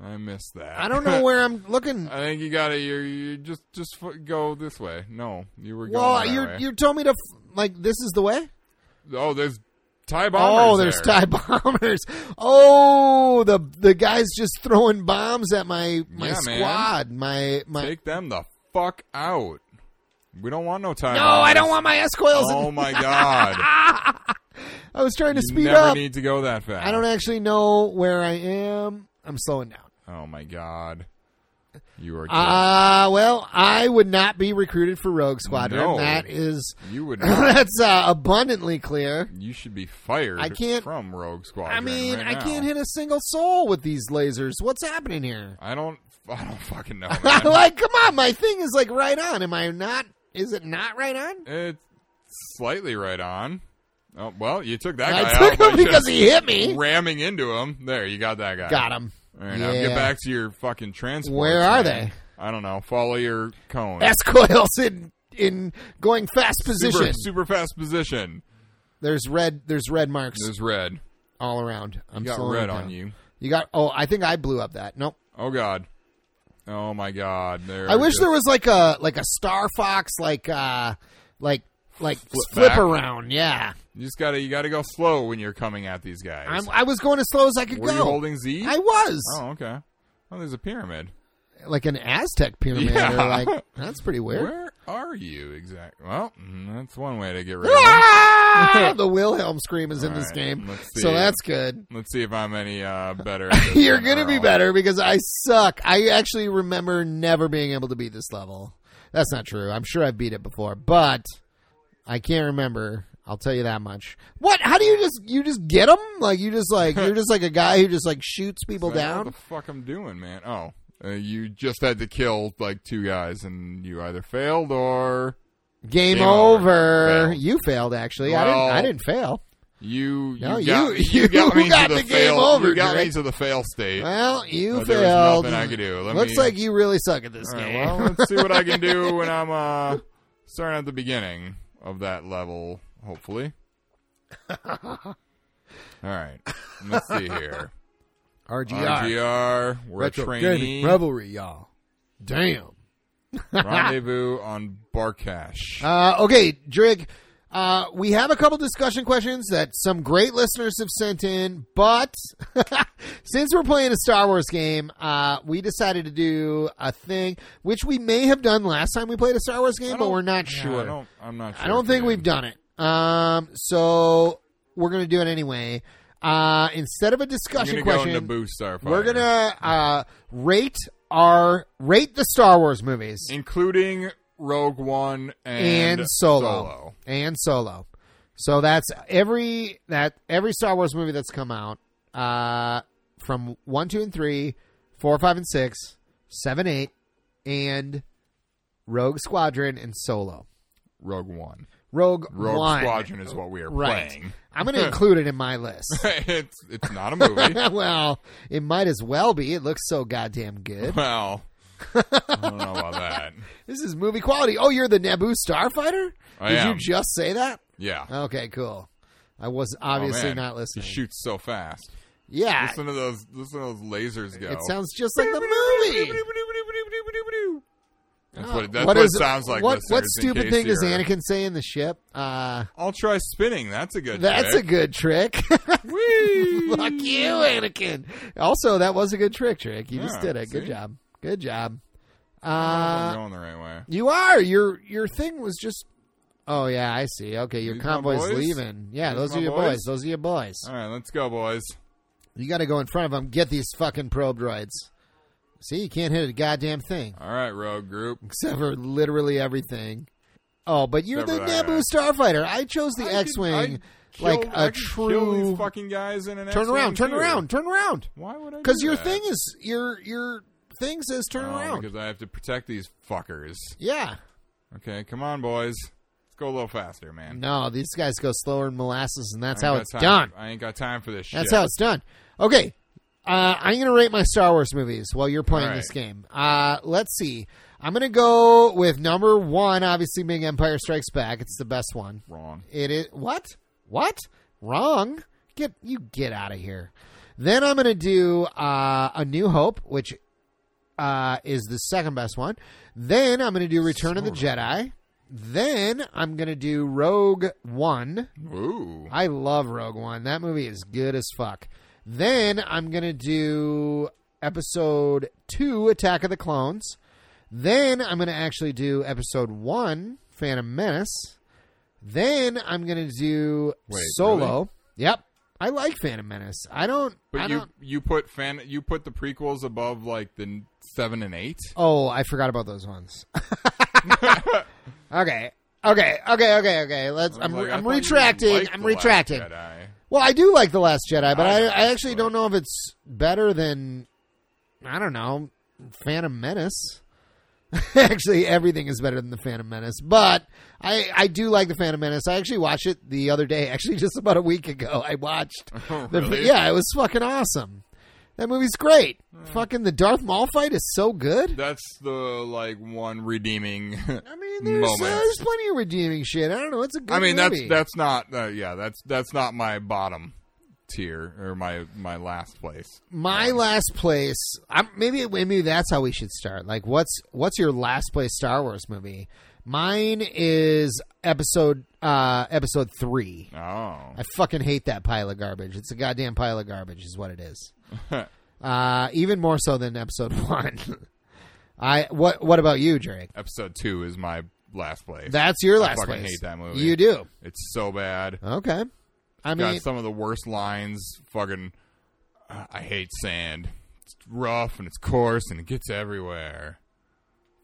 Speaker 1: I missed that.
Speaker 2: I don't know where I'm
Speaker 1: *laughs*
Speaker 2: looking.
Speaker 1: I think you gotta. You're, you just just fo- go this way. No, you were going.
Speaker 2: well,
Speaker 1: that
Speaker 2: you
Speaker 1: way.
Speaker 2: you told me to f- like this is the way.
Speaker 1: Oh, there's tie bombers.
Speaker 2: Oh, there's
Speaker 1: there.
Speaker 2: Thai *laughs* bombers. Oh, the the guys just throwing bombs at my my
Speaker 1: Yeah, man.
Speaker 2: squad. My my.
Speaker 1: Take them the fuck out. We don't want no tie.
Speaker 2: no, I don't want my S coils.
Speaker 1: Oh my god!
Speaker 2: I was trying to
Speaker 1: you
Speaker 2: *laughs* speed
Speaker 1: never
Speaker 2: up.
Speaker 1: need to go that fast.
Speaker 2: I don't actually know where I am. I'm slowing down.
Speaker 1: Oh my god! You are.
Speaker 2: Uh, well, I would not be recruited for Rogue Squadron.
Speaker 1: No.
Speaker 2: That is, *laughs*
Speaker 1: you would. Not,
Speaker 2: that's uh, abundantly clear.
Speaker 1: you should be fired.
Speaker 2: I can't-
Speaker 1: from Rogue Squadron.
Speaker 2: I mean,
Speaker 1: right
Speaker 2: I
Speaker 1: now.
Speaker 2: can't hit a single soul with these lasers. What's happening here? *laughs*
Speaker 1: I don't. I don't *laughs* fucking know. man.
Speaker 2: like, come on, my thing is like right on. Am I not? Is it not right on?
Speaker 1: it's slightly right on. Oh well, you took that guy
Speaker 2: I took
Speaker 1: out
Speaker 2: him
Speaker 1: by
Speaker 2: because
Speaker 1: just
Speaker 2: he hit me.
Speaker 1: ramming into him. There, you got that guy.
Speaker 2: Got him.
Speaker 1: All right, now
Speaker 2: Yeah.
Speaker 1: get back to your fucking transport.
Speaker 2: Where are they?
Speaker 1: I don't know. Follow your cone.
Speaker 2: S coils in in going fast
Speaker 1: super,
Speaker 2: position.
Speaker 1: super fast position.
Speaker 2: There's red. There's red marks
Speaker 1: There's red.
Speaker 2: all around. I'm
Speaker 1: You got
Speaker 2: slowing
Speaker 1: red
Speaker 2: down.
Speaker 1: on you.
Speaker 2: You got. Oh, I think I blew up that. Nope.
Speaker 1: Oh god. Oh my god. There.
Speaker 2: I wish
Speaker 1: just-
Speaker 2: there was like a like a Star Fox like uh like like flip,
Speaker 1: Flip back.
Speaker 2: around. Yeah,
Speaker 1: You just gotta. You gotta go slow when you're coming at these guys.
Speaker 2: I'm, I was going as slow as I could
Speaker 1: Were
Speaker 2: go.
Speaker 1: you holding Z?
Speaker 2: I was
Speaker 1: Oh okay. Oh, there's a pyramid.
Speaker 2: like an Aztec pyramid.
Speaker 1: Yeah.
Speaker 2: Or like that's pretty
Speaker 1: Where, *laughs*
Speaker 2: weird.
Speaker 1: are you exactly? Well, mm, that's one way to get rid of them.
Speaker 2: Ah! *laughs* the Wilhelm scream is in
Speaker 1: All
Speaker 2: this
Speaker 1: right,
Speaker 2: game,
Speaker 1: let's see.
Speaker 2: so that's good.
Speaker 1: Let's see if I'm any uh, better. at this
Speaker 2: *laughs* You're
Speaker 1: than
Speaker 2: gonna be
Speaker 1: Earl.
Speaker 2: better because I suck. I actually remember never being able to beat this level. That's not true. I'm sure I've beat it before, but I can't remember. I'll tell you that much. What? How do you just you just get them? Like you just like you're just like a guy who just like shoots people
Speaker 1: Like, What
Speaker 2: down.
Speaker 1: the fuck I'm doing, man? Oh, uh, you just had to kill like two guys, and you either failed or
Speaker 2: Game,
Speaker 1: Game
Speaker 2: over.
Speaker 1: over. Fail.
Speaker 2: You failed. Actually,
Speaker 1: Well-
Speaker 2: I didn't. I didn't fail.
Speaker 1: you.
Speaker 2: No,
Speaker 1: you, got,
Speaker 2: you-
Speaker 1: me-
Speaker 2: you
Speaker 1: got me
Speaker 2: *laughs* got
Speaker 1: to the,
Speaker 2: the game
Speaker 1: fail.
Speaker 2: over,
Speaker 1: You got me
Speaker 2: Derek.
Speaker 1: to the fail state.
Speaker 2: Well, you
Speaker 1: Well, Oh, there was
Speaker 2: failed.
Speaker 1: nothing I could do. Let
Speaker 2: Looks
Speaker 1: me-
Speaker 2: like you really suck at this
Speaker 1: All
Speaker 2: *laughs*
Speaker 1: right,
Speaker 2: game.
Speaker 1: well, let's see what I can do when I'm uh, starting at the beginning of that level,
Speaker 2: *laughs*
Speaker 1: hopefully. All right, let's see
Speaker 2: *laughs*
Speaker 1: here.
Speaker 2: RGR.
Speaker 1: RGR, we're a
Speaker 2: Retro
Speaker 1: trainee.
Speaker 2: Gaming *laughs* Revelry, y'all. Damn.
Speaker 1: Rendezvous on Barkash.
Speaker 2: Uh, okay, Drig, uh, we have a couple discussion questions that some great listeners have sent in, but *laughs* since we're playing a Star Wars game, uh, we decided to do a thing which we may have done last time we played a Star Wars
Speaker 1: I
Speaker 2: game, but we're not
Speaker 1: yeah,
Speaker 2: sure.
Speaker 1: I don't, I'm not sure.
Speaker 2: I don't
Speaker 1: if
Speaker 2: think
Speaker 1: we
Speaker 2: we've done it. Um, so we're gonna do it anyway. Uh, instead of a
Speaker 1: I'm
Speaker 2: discussion
Speaker 1: gonna
Speaker 2: question,
Speaker 1: go into Boost Starfighter.
Speaker 2: we're gonna uh, rate our rate the Star Wars movies
Speaker 1: including Rogue One and,
Speaker 2: and solo. and solo. So that's every that every Star Wars movie that's come out uh, from one, two, and three, four, five, and six, seven, eight, and Rogue Squadron and Solo.
Speaker 1: Rogue One.
Speaker 2: Rogue,
Speaker 1: Rogue
Speaker 2: One.
Speaker 1: Squadron is what we are
Speaker 2: Right.
Speaker 1: playing.
Speaker 2: I'm
Speaker 1: *laughs*
Speaker 2: going to include it in my list. *laughs*
Speaker 1: it's it's not a movie.
Speaker 2: well, it might as well be. It looks so goddamn good.
Speaker 1: *laughs* Well, I don't know about that.
Speaker 2: This is movie quality. Oh, you're the Naboo starfighter?
Speaker 1: I
Speaker 2: Did
Speaker 1: am.
Speaker 2: you just say that?
Speaker 1: Yeah.
Speaker 2: Okay, cool. I was
Speaker 1: Oh,
Speaker 2: obviously
Speaker 1: man.
Speaker 2: not
Speaker 1: He
Speaker 2: listening.
Speaker 1: shoots so fast.
Speaker 2: Yeah,
Speaker 1: Listen to those. Listen to those lasers go.
Speaker 2: It sounds just like the movie.
Speaker 1: That's what, it- that's
Speaker 2: What
Speaker 1: what
Speaker 2: is-
Speaker 1: it sounds like.
Speaker 2: What, what
Speaker 1: listeners, in
Speaker 2: stupid
Speaker 1: case
Speaker 2: thing does
Speaker 1: you're-
Speaker 2: Anakin say in the ship? Uh,
Speaker 1: I'll try spinning. That's a good.
Speaker 2: that's a
Speaker 1: trick.
Speaker 2: good trick. *laughs* Fuck you, Anakin. Also, that was a good trick, trick. You just
Speaker 1: Yeah,
Speaker 2: did it. Good
Speaker 1: see?
Speaker 2: job. Good job.
Speaker 1: I'm
Speaker 2: Uh,
Speaker 1: going the right way.
Speaker 2: you are your your thing was just. Oh yeah, I see. Okay, your
Speaker 1: These my
Speaker 2: convoy's
Speaker 1: boys?
Speaker 2: leaving. Yeah,
Speaker 1: These
Speaker 2: those are
Speaker 1: my
Speaker 2: your boys.
Speaker 1: boys?
Speaker 2: Those are your boys.
Speaker 1: All right, let's go, boys.
Speaker 2: You got to go in front of them. Get these fucking probe droids. See, you can't hit a goddamn thing.
Speaker 1: All right, rogue group.
Speaker 2: *laughs* except for literally everything. Oh, but you're
Speaker 1: Except
Speaker 2: the
Speaker 1: for that
Speaker 2: Naboo starfighter. I chose the
Speaker 1: I could-
Speaker 2: X-wing,
Speaker 1: I could
Speaker 2: like
Speaker 1: kill- I
Speaker 2: a
Speaker 1: could kill these
Speaker 2: true.
Speaker 1: fucking guys in an
Speaker 2: Turn
Speaker 1: X-wing
Speaker 2: around, turn
Speaker 1: too.
Speaker 2: around, turn around.
Speaker 1: Why would I?
Speaker 2: Because
Speaker 1: do
Speaker 2: your
Speaker 1: that?
Speaker 2: thing is your your thing says turn
Speaker 1: Oh,
Speaker 2: around.
Speaker 1: Because I have to protect these fuckers.
Speaker 2: Yeah.
Speaker 1: Okay, come on, boys. Let's go a little faster, man.
Speaker 2: No, these guys go slower than molasses, and that's
Speaker 1: I ain't
Speaker 2: how
Speaker 1: got
Speaker 2: it's
Speaker 1: time-
Speaker 2: done.
Speaker 1: I ain't got time for this shit.
Speaker 2: That's how it's done. Okay. Uh, I'm going to rate my Star Wars movies while you're playing
Speaker 1: All right.
Speaker 2: this game. Uh, let's see. I'm going to go with number one, obviously being Empire Strikes Back. It's the best one.
Speaker 1: wrong.
Speaker 2: It is what? What? Wrong? Get you get out of here. Then I'm gonna do uh, a New Hope, which uh, is the second best one. Then I'm gonna do Return of the Jedi. Then I'm gonna do Rogue One.
Speaker 1: Ooh.
Speaker 2: I love Rogue One. That movie is good as fuck. Then I'm gonna do Episode Two, Attack of the Clones. Then I'm gonna actually do Episode One, Phantom Menace. Then I'm gonna do
Speaker 1: Wait,
Speaker 2: Solo.
Speaker 1: really?
Speaker 2: Yep. I like Phantom Menace. I don't.
Speaker 1: But
Speaker 2: I
Speaker 1: you
Speaker 2: don't-
Speaker 1: you put fan you put the prequels above like the n- seven and eight.
Speaker 2: Oh, I forgot about
Speaker 1: *laughs*
Speaker 2: those ones. *laughs* okay. Okay, okay, okay, okay. Let's.
Speaker 1: I was
Speaker 2: I'm,
Speaker 1: like, I
Speaker 2: I'm
Speaker 1: thought you didn't
Speaker 2: retracting.
Speaker 1: like
Speaker 2: I'm
Speaker 1: The Last
Speaker 2: retracting.
Speaker 1: Jedi.
Speaker 2: Well, I do like The Last Jedi, but I,
Speaker 1: I
Speaker 2: I,
Speaker 1: know,
Speaker 2: actually
Speaker 1: but-
Speaker 2: don't know if it's better than, I don't know, Phantom Menace. *laughs* actually, everything is better than The Phantom Menace, but I, I do like The Phantom Menace. I actually watched it the other day, *laughs* actually, just about a week ago. I watched.
Speaker 1: *laughs* Oh,
Speaker 2: the-
Speaker 1: really? Hmm.
Speaker 2: yeah, it was fucking awesome. That movie's great. Fucking the Darth Maul fight is so good.
Speaker 1: That's the like one redeeming. *laughs*
Speaker 2: I mean, there's, uh,
Speaker 1: Moments.
Speaker 2: there's plenty of redeeming shit. I don't know. It's a good
Speaker 1: I mean
Speaker 2: movie.
Speaker 1: that's that's not uh, yeah that's that's not my bottom tier or my my last place.
Speaker 2: my last place I'm, maybe maybe that's how we should start like what's what's your last place star wars movie mine is episode uh episode three
Speaker 1: Oh,
Speaker 2: i fucking hate that pile of garbage it's a goddamn pile of garbage is what it
Speaker 1: *laughs*
Speaker 2: is uh even more so than episode *laughs* one i what what about you drake
Speaker 1: episode two is my last place.
Speaker 2: that's your
Speaker 1: I
Speaker 2: last
Speaker 1: fucking
Speaker 2: place
Speaker 1: hate that movie.
Speaker 2: you do
Speaker 1: it's so bad.
Speaker 2: okay i
Speaker 1: Got
Speaker 2: mean *laughs*
Speaker 1: some of the worst lines. Fucking, uh, I hate sand. It's rough and it's coarse and it gets everywhere.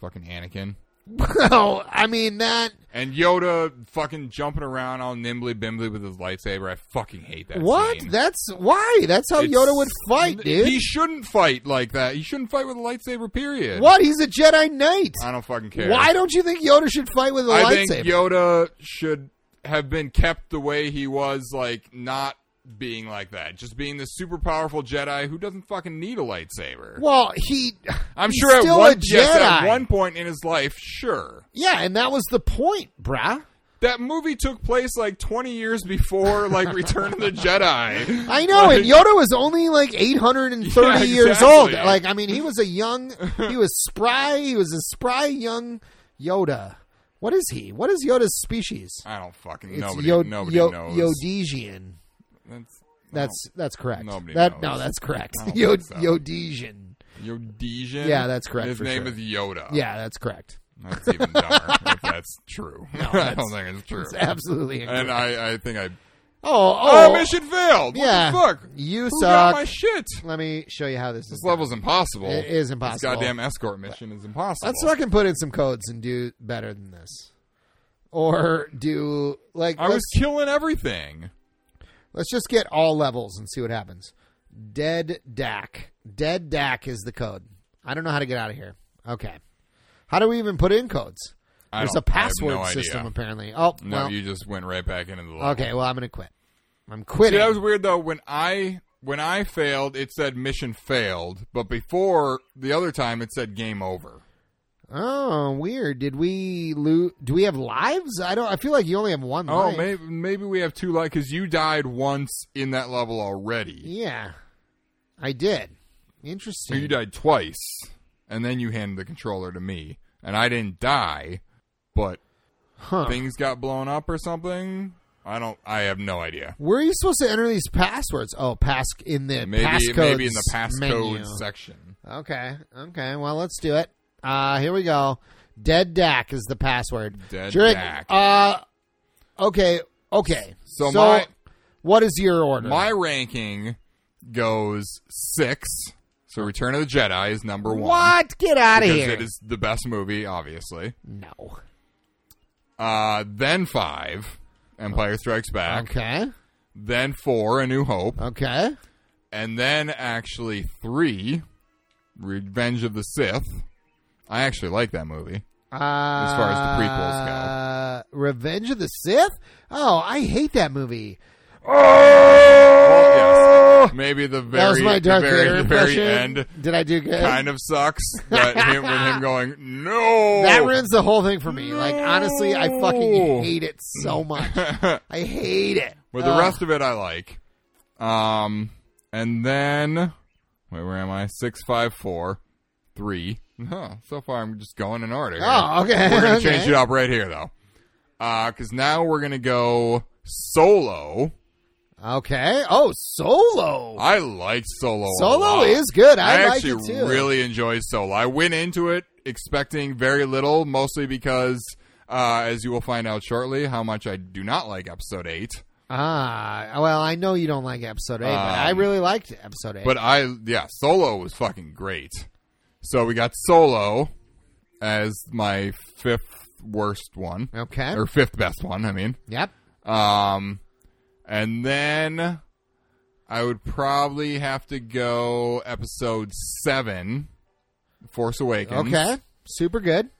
Speaker 1: Fucking Anakin
Speaker 2: no i mean that
Speaker 1: and Yoda fucking jumping around all nimbly bimbly with his lightsaber. I fucking hate that.
Speaker 2: what
Speaker 1: scene.
Speaker 2: that's why that's how
Speaker 1: It's-
Speaker 2: yoda would fight dude
Speaker 1: He shouldn't fight like that. He shouldn't fight with a lightsaber. Period.
Speaker 2: What? He's a Jedi Knight.
Speaker 1: I don't fucking care.
Speaker 2: Why don't you think Yoda should fight with a
Speaker 1: I
Speaker 2: lightsaber?
Speaker 1: think Yoda should have been kept the way he was, like not being like that, just being this super powerful Jedi who doesn't fucking need a lightsaber.
Speaker 2: well, he.
Speaker 1: I'm
Speaker 2: he's
Speaker 1: sure at
Speaker 2: still
Speaker 1: one
Speaker 2: a Jedi.
Speaker 1: yes, at one point in his life, sure.
Speaker 2: Yeah, and that was the point, bruh.
Speaker 1: That movie took place like 20 years before
Speaker 2: *laughs*
Speaker 1: like Return of the Jedi. *laughs*
Speaker 2: I know, and Yoda was only like 830
Speaker 1: Yeah,
Speaker 2: years
Speaker 1: exactly.
Speaker 2: old. Like, I mean, he was a young, he was spry, he was a spry young Yoda. What is he? What is Yoda's species?
Speaker 1: I don't fucking
Speaker 2: It's
Speaker 1: nobody
Speaker 2: Yo-
Speaker 1: nobody
Speaker 2: Yo-
Speaker 1: knows.
Speaker 2: Yodesian.
Speaker 1: That's
Speaker 2: That's that's correct.
Speaker 1: Nobody
Speaker 2: that
Speaker 1: knows.
Speaker 2: no, that's correct.
Speaker 1: I don't
Speaker 2: Yo- *laughs*
Speaker 1: think so.
Speaker 2: Yodesian.
Speaker 1: Yodesian.
Speaker 2: Yeah, that's correct
Speaker 1: His
Speaker 2: for
Speaker 1: name
Speaker 2: sure.
Speaker 1: is Yoda.
Speaker 2: Yeah, that's correct.
Speaker 1: that's even dumber if that's
Speaker 2: *laughs*
Speaker 1: true. *laughs* I
Speaker 2: that's-
Speaker 1: don't think it's true.
Speaker 2: It's absolutely
Speaker 1: *laughs*
Speaker 2: incorrect.
Speaker 1: And I, I think I
Speaker 2: Oh,
Speaker 1: Oh,
Speaker 2: oh,
Speaker 1: mission failed. What
Speaker 2: yeah.
Speaker 1: the fuck?
Speaker 2: You
Speaker 1: Who
Speaker 2: suck.
Speaker 1: got my shit?
Speaker 2: Let me show you how this is.
Speaker 1: This level's impossible.
Speaker 2: It is
Speaker 1: This
Speaker 2: impossible.
Speaker 1: goddamn escort mission is impossible.
Speaker 2: Let's fucking put in some codes and do better than this, or do like
Speaker 1: I
Speaker 2: let's,
Speaker 1: was killing everything.
Speaker 2: let's just get all levels and see what happens. Dead Dak. Dead Dak is the code. I don't know how to get out of here. Okay, how do we even put in codes?
Speaker 1: I
Speaker 2: There's
Speaker 1: don't-
Speaker 2: a
Speaker 1: I have
Speaker 2: password
Speaker 1: no idea.
Speaker 2: system apparently. Oh
Speaker 1: No,
Speaker 2: well.
Speaker 1: you just went right back into the level.
Speaker 2: okay, well I'm gonna quit. I'm quitting.
Speaker 1: See, that was weird though. When I when I failed, it said mission failed, but before the other time, it said game over.
Speaker 2: oh, weird. Did we lose? Do we have lives? I don't. I feel like you only have one.
Speaker 1: Oh,
Speaker 2: life.
Speaker 1: maybe maybe we have two lives because you died once in that level already.
Speaker 2: Yeah, I did.
Speaker 1: So
Speaker 2: Interesting.
Speaker 1: you died twice, and then you handed the controller to me, and I didn't die, but
Speaker 2: Huh.
Speaker 1: things got blown up or something. I don't. I have no idea.
Speaker 2: Where are you supposed to enter these passwords? Oh, pass in the
Speaker 1: Maybe
Speaker 2: passcodes
Speaker 1: maybe in the passcode
Speaker 2: menu.
Speaker 1: section.
Speaker 2: Okay, okay. Well, let's do it. Uh here we go. Dead Dak is the password.
Speaker 1: Dead
Speaker 2: Drake,
Speaker 1: Dak.
Speaker 2: Uh, okay, okay.
Speaker 1: So my-
Speaker 2: what is your order?
Speaker 1: My ranking goes six. So Return of the Jedi is number one.
Speaker 2: what? Get out of
Speaker 1: Because
Speaker 2: here!
Speaker 1: it is the best movie, obviously.
Speaker 2: no.
Speaker 1: Uh, then five, Empire Strikes Back.
Speaker 2: Okay.
Speaker 1: Then four, A New Hope.
Speaker 2: Okay.
Speaker 1: And then actually three, Revenge of the Sith. I actually like that movie.
Speaker 2: Uh, as
Speaker 1: far as the prequels go.
Speaker 2: Uh, Revenge of the Sith. Oh, I hate that movie.
Speaker 1: Yes. Maybe the very,
Speaker 2: that was my Darth
Speaker 1: the very,
Speaker 2: Vader
Speaker 1: the very
Speaker 2: impression.
Speaker 1: end
Speaker 2: Did I do good?
Speaker 1: kind of
Speaker 2: *laughs*
Speaker 1: sucks. But him, with him going, no.
Speaker 2: That ruins the whole thing for me. Like honestly, I fucking
Speaker 1: No.
Speaker 2: hate it
Speaker 1: *laughs*
Speaker 2: so much. I hate it.
Speaker 1: But the
Speaker 2: Ugh.
Speaker 1: rest of it I like. Um, and then wait, where am I? Six, five, four, three. Huh, so far I'm just going in order.
Speaker 2: Oh, okay.
Speaker 1: We're
Speaker 2: *laughs*
Speaker 1: gonna
Speaker 2: okay.
Speaker 1: change it up right here though, because now we're gonna go solo.
Speaker 2: Okay. Oh, solo.
Speaker 1: I liked solo. a
Speaker 2: solo
Speaker 1: lot.
Speaker 2: is good. I, like
Speaker 1: Oh, actually
Speaker 2: it too.
Speaker 1: really enjoy solo. I went into it expecting very little, mostly because, uh, as you will find out shortly, how much I do not like episode eight.
Speaker 2: Ah, well, I know you don't like episode eight, but I
Speaker 1: Um,
Speaker 2: really liked episode eight.
Speaker 1: But I, yeah, Solo was fucking great. So we got Solo as my fifth worst one,
Speaker 2: okay.
Speaker 1: or fifth best one, I mean.
Speaker 2: yep.
Speaker 1: Um, and then I would probably have to go episode seven, Force Awakens.
Speaker 2: Okay. Super good.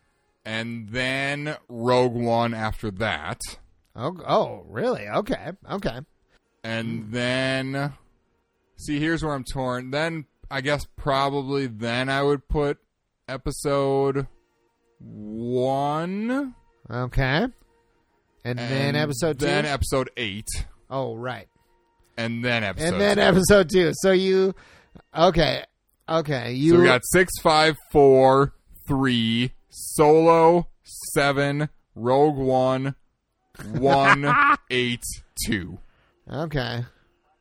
Speaker 1: And then Rogue One after that.
Speaker 2: Oh, oh, really? Okay. Okay. Hmm.
Speaker 1: And then, see, here's where I'm torn. Then I guess probably then I would put episode one.
Speaker 2: Okay. And, then episode two.
Speaker 1: Then episode eight.
Speaker 2: oh, right.
Speaker 1: And then episode
Speaker 2: And then
Speaker 1: two.
Speaker 2: episode two. So you, okay, okay. You
Speaker 1: So we got six, five, four, three, solo, seven, rogue one,
Speaker 2: *laughs*
Speaker 1: one, eight, two.
Speaker 2: okay,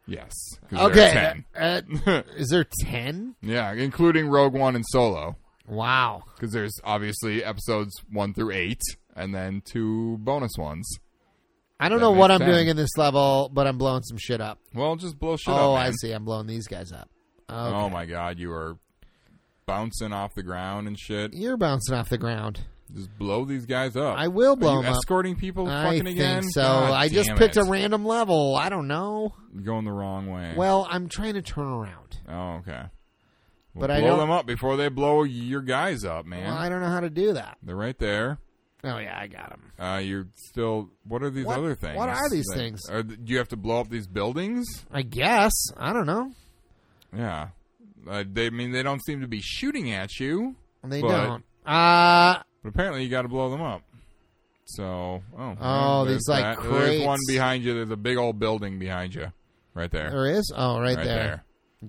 Speaker 1: Yes. 'cause there are
Speaker 2: okay. Uh,
Speaker 1: *laughs*
Speaker 2: uh, is there ten?
Speaker 1: yeah, including rogue one and solo.
Speaker 2: Wow.
Speaker 1: Because there's obviously episodes one through eight, and then two bonus ones.
Speaker 2: I don't
Speaker 1: That
Speaker 2: know what I'm
Speaker 1: makes
Speaker 2: doing
Speaker 1: sense.
Speaker 2: in this level, but I'm blowing some shit up.
Speaker 1: Well, just blow shit
Speaker 2: oh,
Speaker 1: up. man.
Speaker 2: I see. I'm blowing these guys up. Okay.
Speaker 1: Oh my god, you are bouncing off the ground and shit.
Speaker 2: You're bouncing off the ground.
Speaker 1: Just blow these guys up.
Speaker 2: I will
Speaker 1: Oh,
Speaker 2: blow
Speaker 1: Are you
Speaker 2: 'em up.
Speaker 1: escorting people
Speaker 2: I
Speaker 1: fucking
Speaker 2: think
Speaker 1: again?
Speaker 2: so.
Speaker 1: God
Speaker 2: I just
Speaker 1: damn
Speaker 2: picked
Speaker 1: it.
Speaker 2: a random level. I don't know.
Speaker 1: You're going the wrong way.
Speaker 2: Well, I'm trying to turn around.
Speaker 1: Oh, okay. Well,
Speaker 2: But
Speaker 1: blow
Speaker 2: I don't-
Speaker 1: them up before they blow your guys up, man.
Speaker 2: Well, I don't know how to do that.
Speaker 1: They're right there.
Speaker 2: Oh yeah, I got him.
Speaker 1: Uh, you're still. What are these
Speaker 2: What-
Speaker 1: other things?
Speaker 2: what are these
Speaker 1: Like,
Speaker 2: things?
Speaker 1: Are th- do you have to blow up these buildings?
Speaker 2: I guess. I don't know.
Speaker 1: Yeah. Uh, they I mean they don't seem to be shooting at you,
Speaker 2: They
Speaker 1: But-
Speaker 2: don't. Uh
Speaker 1: but apparently you got to blow them up. So, oh,
Speaker 2: Oh,
Speaker 1: there's
Speaker 2: these, like,
Speaker 1: that.
Speaker 2: crates.
Speaker 1: There's one behind you. There's a big old building behind you, right there,
Speaker 2: there is. Oh, right,
Speaker 1: right
Speaker 2: there.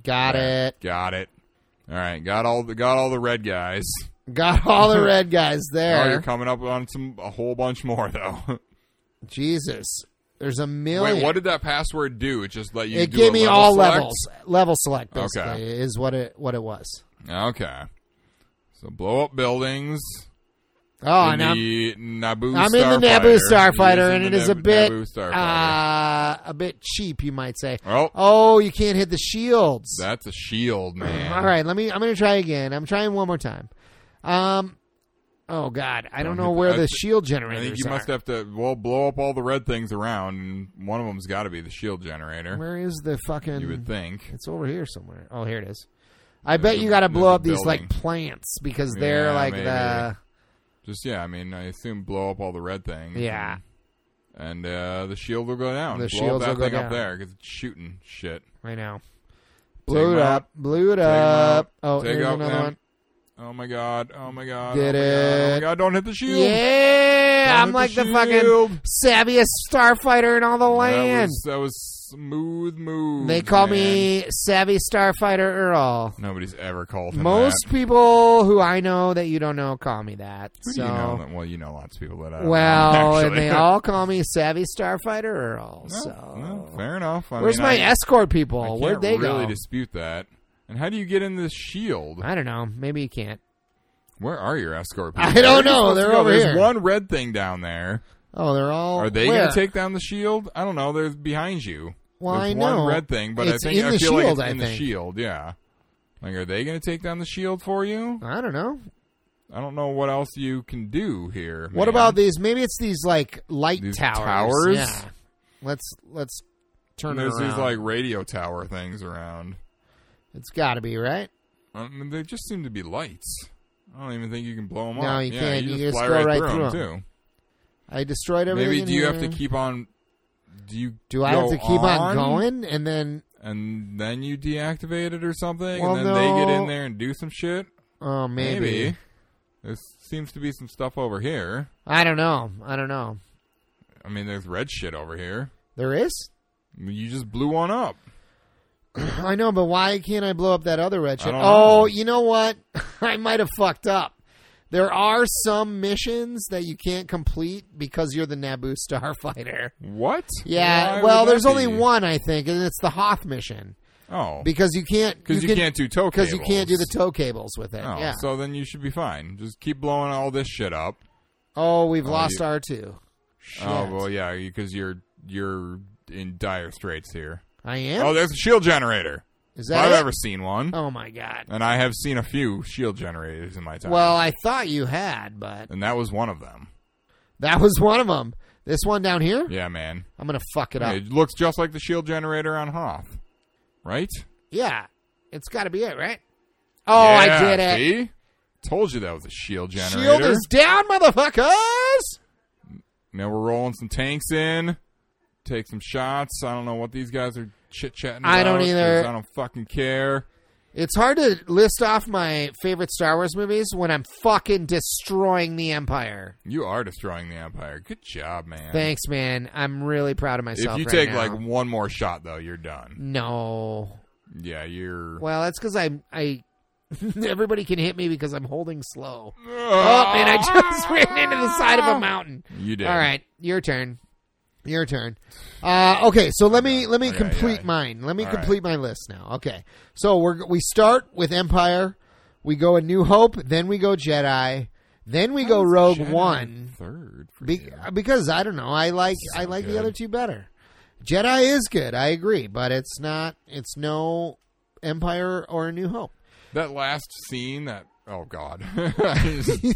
Speaker 2: Got
Speaker 1: There.
Speaker 2: it.
Speaker 1: Got it. All right, got all the got all the red guys.
Speaker 2: Got all the
Speaker 1: *laughs*
Speaker 2: red guys
Speaker 1: Oh,
Speaker 2: there.
Speaker 1: you're coming up on some a whole bunch more though. *laughs*
Speaker 2: Jesus. There's a million.
Speaker 1: Wait, what did that password do? It just let you.
Speaker 2: it
Speaker 1: do
Speaker 2: gave
Speaker 1: a
Speaker 2: me
Speaker 1: level
Speaker 2: all
Speaker 1: select?
Speaker 2: levels. Level select basically
Speaker 1: Okay.
Speaker 2: is what it what it was.
Speaker 1: Okay. So blow up buildings.
Speaker 2: Oh,
Speaker 1: in
Speaker 2: and I'm
Speaker 1: the Naboo
Speaker 2: I'm
Speaker 1: Starfighter.
Speaker 2: in the Naboo
Speaker 1: He's
Speaker 2: Starfighter, and
Speaker 1: in
Speaker 2: it
Speaker 1: the
Speaker 2: is a
Speaker 1: Nab-
Speaker 2: bit
Speaker 1: Naboo Starfighter.
Speaker 2: uh, a bit cheap, you might say.
Speaker 1: oh,
Speaker 2: Oh, you can't hit the shields.
Speaker 1: that's a shield, man.
Speaker 2: All right, let me. I'm gonna try again. I'm trying one more time. Um. Oh God, I don't,
Speaker 1: Don't
Speaker 2: know
Speaker 1: hit the-
Speaker 2: where
Speaker 1: I
Speaker 2: the
Speaker 1: thi-
Speaker 2: shield
Speaker 1: I
Speaker 2: generators
Speaker 1: think you
Speaker 2: are.
Speaker 1: must have to well blow up all the red things around, and one of them's got to be the shield generator.
Speaker 2: Where is the fucking?
Speaker 1: You would think.
Speaker 2: It's over here somewhere. Oh, here it is. I bet
Speaker 1: a-
Speaker 2: you got to
Speaker 1: there's
Speaker 2: blow
Speaker 1: a
Speaker 2: up these like
Speaker 1: building.
Speaker 2: plants because they're
Speaker 1: Yeah,
Speaker 2: like
Speaker 1: maybe.
Speaker 2: the
Speaker 1: Just yeah, I mean, I assume blow up all the red things.
Speaker 2: yeah.
Speaker 1: and uh, the shield will go down.
Speaker 2: The
Speaker 1: blow
Speaker 2: shields
Speaker 1: up
Speaker 2: will
Speaker 1: that
Speaker 2: go
Speaker 1: thing
Speaker 2: down.
Speaker 1: up there because it's shooting shit.
Speaker 2: I know. Blew it
Speaker 1: 'em
Speaker 2: up.
Speaker 1: out.
Speaker 2: Blew it
Speaker 1: 'em
Speaker 2: up.
Speaker 1: out.
Speaker 2: Oh,
Speaker 1: Take
Speaker 2: here's
Speaker 1: out
Speaker 2: another
Speaker 1: them.
Speaker 2: one.
Speaker 1: Oh my god! Oh my god!
Speaker 2: Did
Speaker 1: oh my God, oh
Speaker 2: it.
Speaker 1: my god! Don't hit the shield.
Speaker 2: Yeah,
Speaker 1: Down
Speaker 2: I'm
Speaker 1: with
Speaker 2: like the,
Speaker 1: the
Speaker 2: fucking
Speaker 1: shield.
Speaker 2: savviest starfighter in all the
Speaker 1: That
Speaker 2: land.
Speaker 1: was, that was smooth move.
Speaker 2: They call
Speaker 1: man.
Speaker 2: me savvy starfighter Earl.
Speaker 1: Nobody's ever called him
Speaker 2: Most
Speaker 1: that.
Speaker 2: people who I know that you don't know call me that.
Speaker 1: Who do
Speaker 2: So
Speaker 1: you know that- well, you know lots of people that. I don't
Speaker 2: well,
Speaker 1: know, *laughs*
Speaker 2: and they
Speaker 1: actually.
Speaker 2: all call me savvy starfighter Earl.
Speaker 1: *laughs* Well,
Speaker 2: So
Speaker 1: well, fair enough. I
Speaker 2: Where's
Speaker 1: mean,
Speaker 2: my
Speaker 1: I,
Speaker 2: escort
Speaker 1: I
Speaker 2: people?
Speaker 1: can't
Speaker 2: Where'd they
Speaker 1: really
Speaker 2: go?
Speaker 1: dispute that. And how do you get in this shield?
Speaker 2: I don't know. Maybe you can't.
Speaker 1: Where are your escort people?
Speaker 2: I
Speaker 1: Where
Speaker 2: don't
Speaker 1: are you
Speaker 2: know.
Speaker 1: supposed to
Speaker 2: They're
Speaker 1: go?
Speaker 2: over
Speaker 1: There's
Speaker 2: here.
Speaker 1: one red thing down there.
Speaker 2: Oh, they're all.
Speaker 1: Are they
Speaker 2: where?
Speaker 1: to take down the shield? I don't know. They're behind you.
Speaker 2: Well,
Speaker 1: There's
Speaker 2: I know.
Speaker 1: one red thing, but
Speaker 2: It's
Speaker 1: I think
Speaker 2: in
Speaker 1: I
Speaker 2: the
Speaker 1: feel
Speaker 2: shield,
Speaker 1: like
Speaker 2: I
Speaker 1: it's in the
Speaker 2: think.
Speaker 1: shield. Yeah. Like, are they going to take down the shield for you?
Speaker 2: I don't know.
Speaker 1: I don't know what else you can do here.
Speaker 2: What
Speaker 1: man.
Speaker 2: about these? Maybe it's these like light
Speaker 1: These
Speaker 2: towers.
Speaker 1: towers?
Speaker 2: Yeah. Let's let's turn
Speaker 1: There's
Speaker 2: it around.
Speaker 1: these like radio tower things around. Uh,
Speaker 2: it's got to be right.
Speaker 1: I mean, they just seem to be lights. I don't even think you can blow them
Speaker 2: No,
Speaker 1: up.
Speaker 2: you
Speaker 1: yeah,
Speaker 2: can't.
Speaker 1: You,
Speaker 2: You
Speaker 1: just
Speaker 2: just
Speaker 1: fly
Speaker 2: go
Speaker 1: right,
Speaker 2: right
Speaker 1: through,
Speaker 2: through
Speaker 1: them
Speaker 2: I destroyed
Speaker 1: too.
Speaker 2: everything.
Speaker 1: Maybe
Speaker 2: in
Speaker 1: do you have
Speaker 2: here.
Speaker 1: to keep on? Do you
Speaker 2: Do I
Speaker 1: go
Speaker 2: have to keep on, going? And then
Speaker 1: And then you deactivate it or something,
Speaker 2: Well,
Speaker 1: and then they get
Speaker 2: no.
Speaker 1: in there and do some shit.
Speaker 2: oh maybe.
Speaker 1: There seems to be some stuff over here.
Speaker 2: I don't know. I don't know.
Speaker 1: I mean, there's red shit over here.
Speaker 2: There is.
Speaker 1: You just blew one up.
Speaker 2: I know, but why can't I blow up that other red ship?
Speaker 1: I don't
Speaker 2: Oh,
Speaker 1: know.
Speaker 2: you know what? *laughs* I might have fucked up. There are some missions that you can't complete because you're the Naboo
Speaker 1: *laughs*
Speaker 2: starfighter.
Speaker 1: What? Why
Speaker 2: Yeah,
Speaker 1: would
Speaker 2: well,
Speaker 1: that
Speaker 2: there's only
Speaker 1: be?
Speaker 2: one I think, and it's the Hoth mission
Speaker 1: Oh,
Speaker 2: because you can't
Speaker 1: because you, can't do tow
Speaker 2: because you can't do the tow cables with it.
Speaker 1: Oh,
Speaker 2: yeah.
Speaker 1: so then you should be fine. Just keep blowing all this shit up.
Speaker 2: oh, we've lost
Speaker 1: you-
Speaker 2: R two. Shit.
Speaker 1: Oh well, yeah, because your your in dire straits here.
Speaker 2: I am.
Speaker 1: Oh, there's a shield generator.
Speaker 2: Is
Speaker 1: If
Speaker 2: that
Speaker 1: I've
Speaker 2: it?
Speaker 1: ever seen one,
Speaker 2: Oh
Speaker 1: *laughs*
Speaker 2: my god.
Speaker 1: and I have seen a few shield generators in my time.
Speaker 2: Well, I thought you had, but
Speaker 1: and that was one of them.
Speaker 2: that was one of them. This one down here,
Speaker 1: Yeah, man.
Speaker 2: I'm gonna fuck it up.
Speaker 1: It looks just like the shield generator on Hoth, right?
Speaker 2: Yeah, it's got to be it, right? Oh, I
Speaker 1: Yeah,
Speaker 2: did it.
Speaker 1: See? Told you that was a shield generator.
Speaker 2: Shield is down, motherfuckers.
Speaker 1: Now we're rolling some tanks in. Take some shots. I don't know what these guys are chit chatting about.
Speaker 2: I don't either.
Speaker 1: 'cause I don't fucking care.
Speaker 2: It's hard to list off my favorite Star Wars movies when I'm fucking destroying the Empire.
Speaker 1: You are destroying the Empire. Good job, man.
Speaker 2: Thanks, man. I'm really proud of
Speaker 1: if
Speaker 2: myself.
Speaker 1: you
Speaker 2: right
Speaker 1: take
Speaker 2: now.
Speaker 1: like one more shot though, you're done.
Speaker 2: no,
Speaker 1: Yeah, you're
Speaker 2: well, that's because I, I, *laughs* everybody can hit me because I'm holding slow.
Speaker 1: Oh
Speaker 2: Oh
Speaker 1: *laughs*
Speaker 2: man, I just *laughs* ran into the side of a mountain.
Speaker 1: You did.
Speaker 2: All right, your turn. Your turn. Uh, okay, so let me let me
Speaker 1: Okay,
Speaker 2: complete
Speaker 1: Oh, yeah.
Speaker 2: mine. Let me
Speaker 1: All right.
Speaker 2: complete my list now. Okay, so we are we start with Empire, we go a New Hope, then we go Jedi, then we go Rogue
Speaker 1: Jedi
Speaker 2: One.
Speaker 1: Third. for
Speaker 2: Be-
Speaker 1: you.
Speaker 2: Because I don't know, I like
Speaker 1: So
Speaker 2: I like
Speaker 1: good.
Speaker 2: the other two better. Jedi is good, I agree, but it's not. It's no Empire or a New Hope. *laughs*
Speaker 1: That last scene that oh god. *laughs*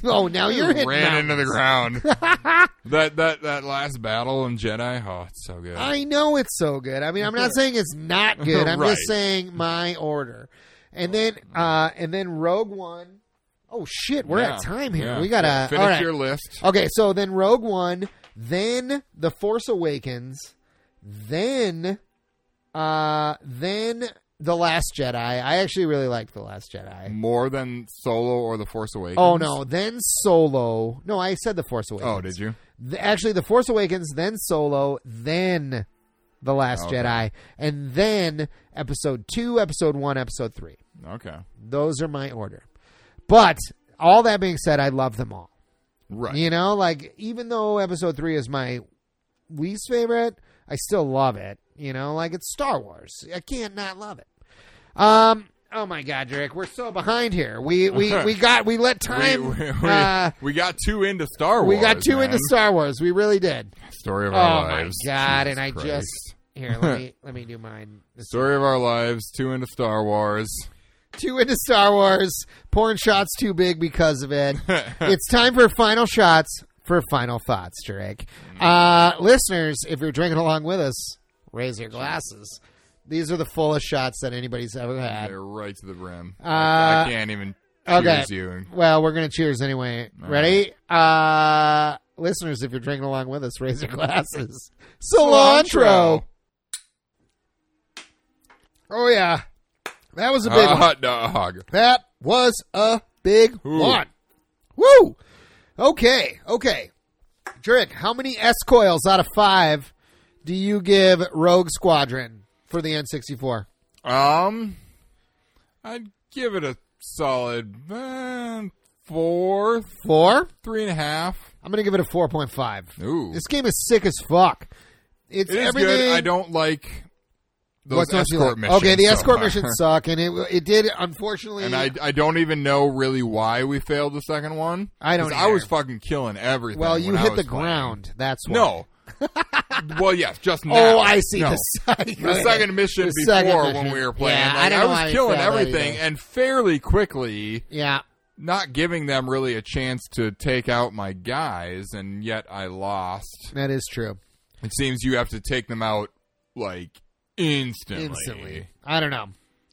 Speaker 2: oh, now you're hitting
Speaker 1: ran
Speaker 2: mountains.
Speaker 1: into the ground.
Speaker 2: *laughs*
Speaker 1: that that that last battle in Jedi, oh, it's so good.
Speaker 2: I know it's so good. I mean,
Speaker 1: *laughs*
Speaker 2: I'm not saying it's not good. I'm
Speaker 1: Right.
Speaker 2: just saying my order. And then, uh, and then Rogue One. Oh shit, we're
Speaker 1: Yeah,
Speaker 2: at time here.
Speaker 1: yeah.
Speaker 2: We gotta.
Speaker 1: finish
Speaker 2: all right.
Speaker 1: your list.
Speaker 2: Okay, so then Rogue One, then The Force Awakens, then, uh, then The Last Jedi. I actually really like The Last Jedi.
Speaker 1: More than Solo or The Force Awakens.
Speaker 2: Oh no, then Solo. No, I said The Force Awakens.
Speaker 1: Oh, did you?
Speaker 2: Th- actually the force awakens then solo then the last
Speaker 1: Okay.
Speaker 2: jedi and then episode 2 episode 1 episode 3
Speaker 1: Okay.
Speaker 2: those are my order but all that being said i love them all
Speaker 1: Right.
Speaker 2: you know like even though episode 3 is my least favorite i still love it you know like it's star wars i can't not love it um oh my god Drake, we're so behind here
Speaker 1: *laughs*
Speaker 2: we we we got we let time
Speaker 1: we, we, we-
Speaker 2: uh,
Speaker 1: we got two into Star Wars.
Speaker 2: we got two into
Speaker 1: man.
Speaker 2: star wars we really did
Speaker 1: Story of
Speaker 2: Oh
Speaker 1: our
Speaker 2: my
Speaker 1: lives.
Speaker 2: god!
Speaker 1: Jesus
Speaker 2: and I
Speaker 1: Christ.
Speaker 2: just here
Speaker 1: *laughs*
Speaker 2: let me let me do mine. This-
Speaker 1: Story of our lives, two into Star Wars.
Speaker 2: Too into Star Wars. Porn shots too big because
Speaker 1: *laughs*
Speaker 2: of it. it's time for final shots for final thoughts, Drake. Uh, listeners, if you're drinking along with us, raise your glasses. These are the fullest shots that anybody's ever had.
Speaker 1: They're right to the brim.
Speaker 2: Uh,
Speaker 1: I can't even
Speaker 2: okay.
Speaker 1: choose you.
Speaker 2: Well, we're gonna cheers anyway. Ready? Uh, listeners, if you're drinking along with us,
Speaker 1: *laughs*
Speaker 2: raise your glasses. Cilantro. Oh yeah, that was a big
Speaker 1: Uh,
Speaker 2: one.
Speaker 1: hot dog.
Speaker 2: That was a big
Speaker 1: Ooh.
Speaker 2: one. Woo! Okay, okay. Drake, how many S coils out of five do you give Rogue Squadron for the N64?
Speaker 1: Um, I'd give it a solid uh, four,
Speaker 2: Four?
Speaker 1: three and a half.
Speaker 2: I'm gonna give it a four point five.
Speaker 1: Ooh,
Speaker 2: This game is sick as fuck. It's
Speaker 1: it is
Speaker 2: everything.
Speaker 1: good. I don't like those
Speaker 2: What don't you
Speaker 1: escort
Speaker 2: like?
Speaker 1: missions.
Speaker 2: Okay, the
Speaker 1: so
Speaker 2: escort
Speaker 1: far. *laughs*
Speaker 2: missions suck, and it it did unfortunately.
Speaker 1: And I, I don't even know really why we failed the second one.
Speaker 2: I don't
Speaker 1: 'Cause I
Speaker 2: either.
Speaker 1: was fucking killing everything.
Speaker 2: well, you
Speaker 1: when I
Speaker 2: hit the
Speaker 1: was playing.
Speaker 2: ground. That's why.
Speaker 1: No.
Speaker 2: *laughs*
Speaker 1: well, yes, just now.
Speaker 2: Oh, I see.
Speaker 1: No.
Speaker 2: The, second,
Speaker 1: The second mission
Speaker 2: The
Speaker 1: before
Speaker 2: second
Speaker 1: when
Speaker 2: mission.
Speaker 1: we were playing,
Speaker 2: Yeah, I
Speaker 1: like,
Speaker 2: don't
Speaker 1: I,
Speaker 2: know why
Speaker 1: was
Speaker 2: I
Speaker 1: killing
Speaker 2: failed that
Speaker 1: everything
Speaker 2: either.
Speaker 1: and fairly quickly,
Speaker 2: *laughs* Yeah.
Speaker 1: not giving them really a chance to take out my guys, and yet I lost.
Speaker 2: That is true.
Speaker 1: It seems you have to take them out like instantly.
Speaker 2: Instantly. I don't know.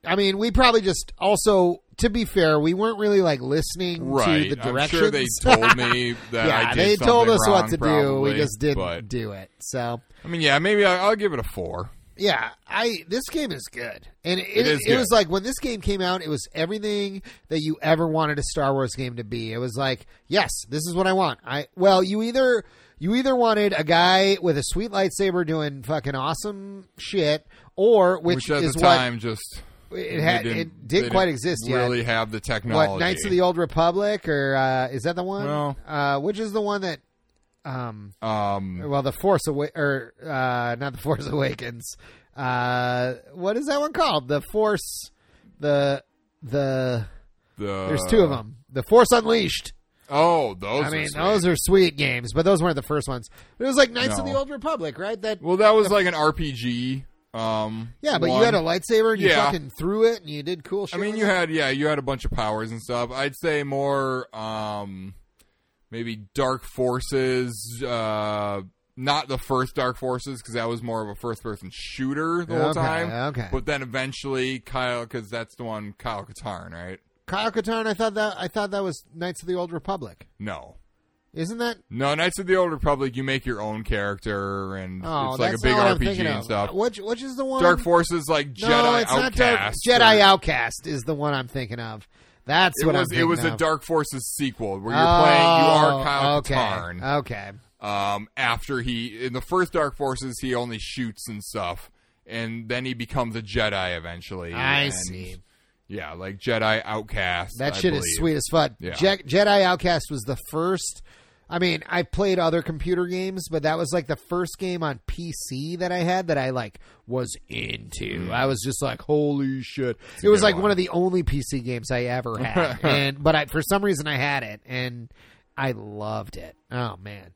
Speaker 2: I mean, we probably just also to be fair, we weren't really like listening
Speaker 1: Right.
Speaker 2: to the
Speaker 1: I'm
Speaker 2: directions.
Speaker 1: sure they
Speaker 2: *laughs*
Speaker 1: told me that
Speaker 2: yeah,
Speaker 1: I did
Speaker 2: they told
Speaker 1: something
Speaker 2: us what
Speaker 1: wrong,
Speaker 2: to do.
Speaker 1: probably,
Speaker 2: We just didn't
Speaker 1: But,
Speaker 2: do it. So
Speaker 1: I mean, yeah, maybe I, I'll give it a four.
Speaker 2: yeah, I this game is good, and it,
Speaker 1: It
Speaker 2: it,
Speaker 1: is good.
Speaker 2: was like when this game came out, it was everything that you ever wanted a Star Wars game to be. It was like, yes, this is what I want. I well, you either you either wanted a guy with a sweet lightsaber doing fucking awesome shit, or which,
Speaker 1: Which, at
Speaker 2: is
Speaker 1: the
Speaker 2: what
Speaker 1: time just
Speaker 2: it had
Speaker 1: they didn't-
Speaker 2: it
Speaker 1: they
Speaker 2: didn't quite
Speaker 1: didn't
Speaker 2: exist yet.
Speaker 1: Really have the technology.
Speaker 2: What Knights of the Old Republic or uh, is that the one?
Speaker 1: Well-
Speaker 2: uh, which is the one that? Um,
Speaker 1: um,
Speaker 2: well, the Force Awa- or uh, not the Force *laughs* Awakens. Uh, what is that one called? The Force, the the.
Speaker 1: the
Speaker 2: There's two of them. The Force Unleashed.
Speaker 1: Oh, Uh, those.
Speaker 2: I mean,
Speaker 1: are sweet.
Speaker 2: those are sweet games, but those weren't the first ones. It was like Knights of
Speaker 1: No.
Speaker 2: the Old Republic, right? That
Speaker 1: Well, that was like an RPG. Um,
Speaker 2: yeah, but you
Speaker 1: one.
Speaker 2: had a lightsaber and you
Speaker 1: Yeah.
Speaker 2: fucking threw it and you did cool
Speaker 1: I
Speaker 2: shit.
Speaker 1: mean,
Speaker 2: with
Speaker 1: you
Speaker 2: it.
Speaker 1: had yeah, you had a bunch of powers and stuff. I'd say more, um, maybe Dark Forces. Uh, not the first Dark Forces because that was more of a first-person shooter the whole
Speaker 2: Okay,
Speaker 1: time.
Speaker 2: okay.
Speaker 1: But then eventually Kyle, because that's the one Kyle Katarn, right?
Speaker 2: Kyle Katarn. I thought that I thought that was Knights of the Old Republic.
Speaker 1: No.
Speaker 2: Isn't that?
Speaker 1: No, Knights of the Old Republic, you make your own character, and
Speaker 2: Oh,
Speaker 1: it's like a
Speaker 2: that's
Speaker 1: big
Speaker 2: not what I'm
Speaker 1: RPG
Speaker 2: thinking
Speaker 1: and
Speaker 2: of.
Speaker 1: stuff.
Speaker 2: Which which is the one?
Speaker 1: Dark Forces, like
Speaker 2: No,
Speaker 1: Jedi
Speaker 2: it's not Dark-
Speaker 1: Outcast.
Speaker 2: Jedi
Speaker 1: or-
Speaker 2: Outcast is the one I'm thinking of. That's
Speaker 1: It
Speaker 2: what
Speaker 1: was
Speaker 2: I'm
Speaker 1: it
Speaker 2: thinking
Speaker 1: was a
Speaker 2: of.
Speaker 1: Dark Forces sequel where you're
Speaker 2: oh,
Speaker 1: playing. You are Kyle
Speaker 2: okay.
Speaker 1: Katarn.
Speaker 2: Okay.
Speaker 1: um, after he in the first Dark Forces he only shoots and stuff, and then he becomes a Jedi eventually.
Speaker 2: I
Speaker 1: and-
Speaker 2: see.
Speaker 1: Yeah, like Jedi Outcast.
Speaker 2: That
Speaker 1: I
Speaker 2: shit is
Speaker 1: believe.
Speaker 2: sweet as fuck.
Speaker 1: Yeah.
Speaker 2: Je- Jedi Outcast was the first. I mean, I played other computer games, but that was like the first game on PC that I had that I like was into. I was just like, holy shit! It
Speaker 1: Hmm. a
Speaker 2: was
Speaker 1: good
Speaker 2: like one.
Speaker 1: one.
Speaker 2: of the only PC games
Speaker 1: *laughs*
Speaker 2: I ever had, and but I for some reason I had it and I loved it. Oh man,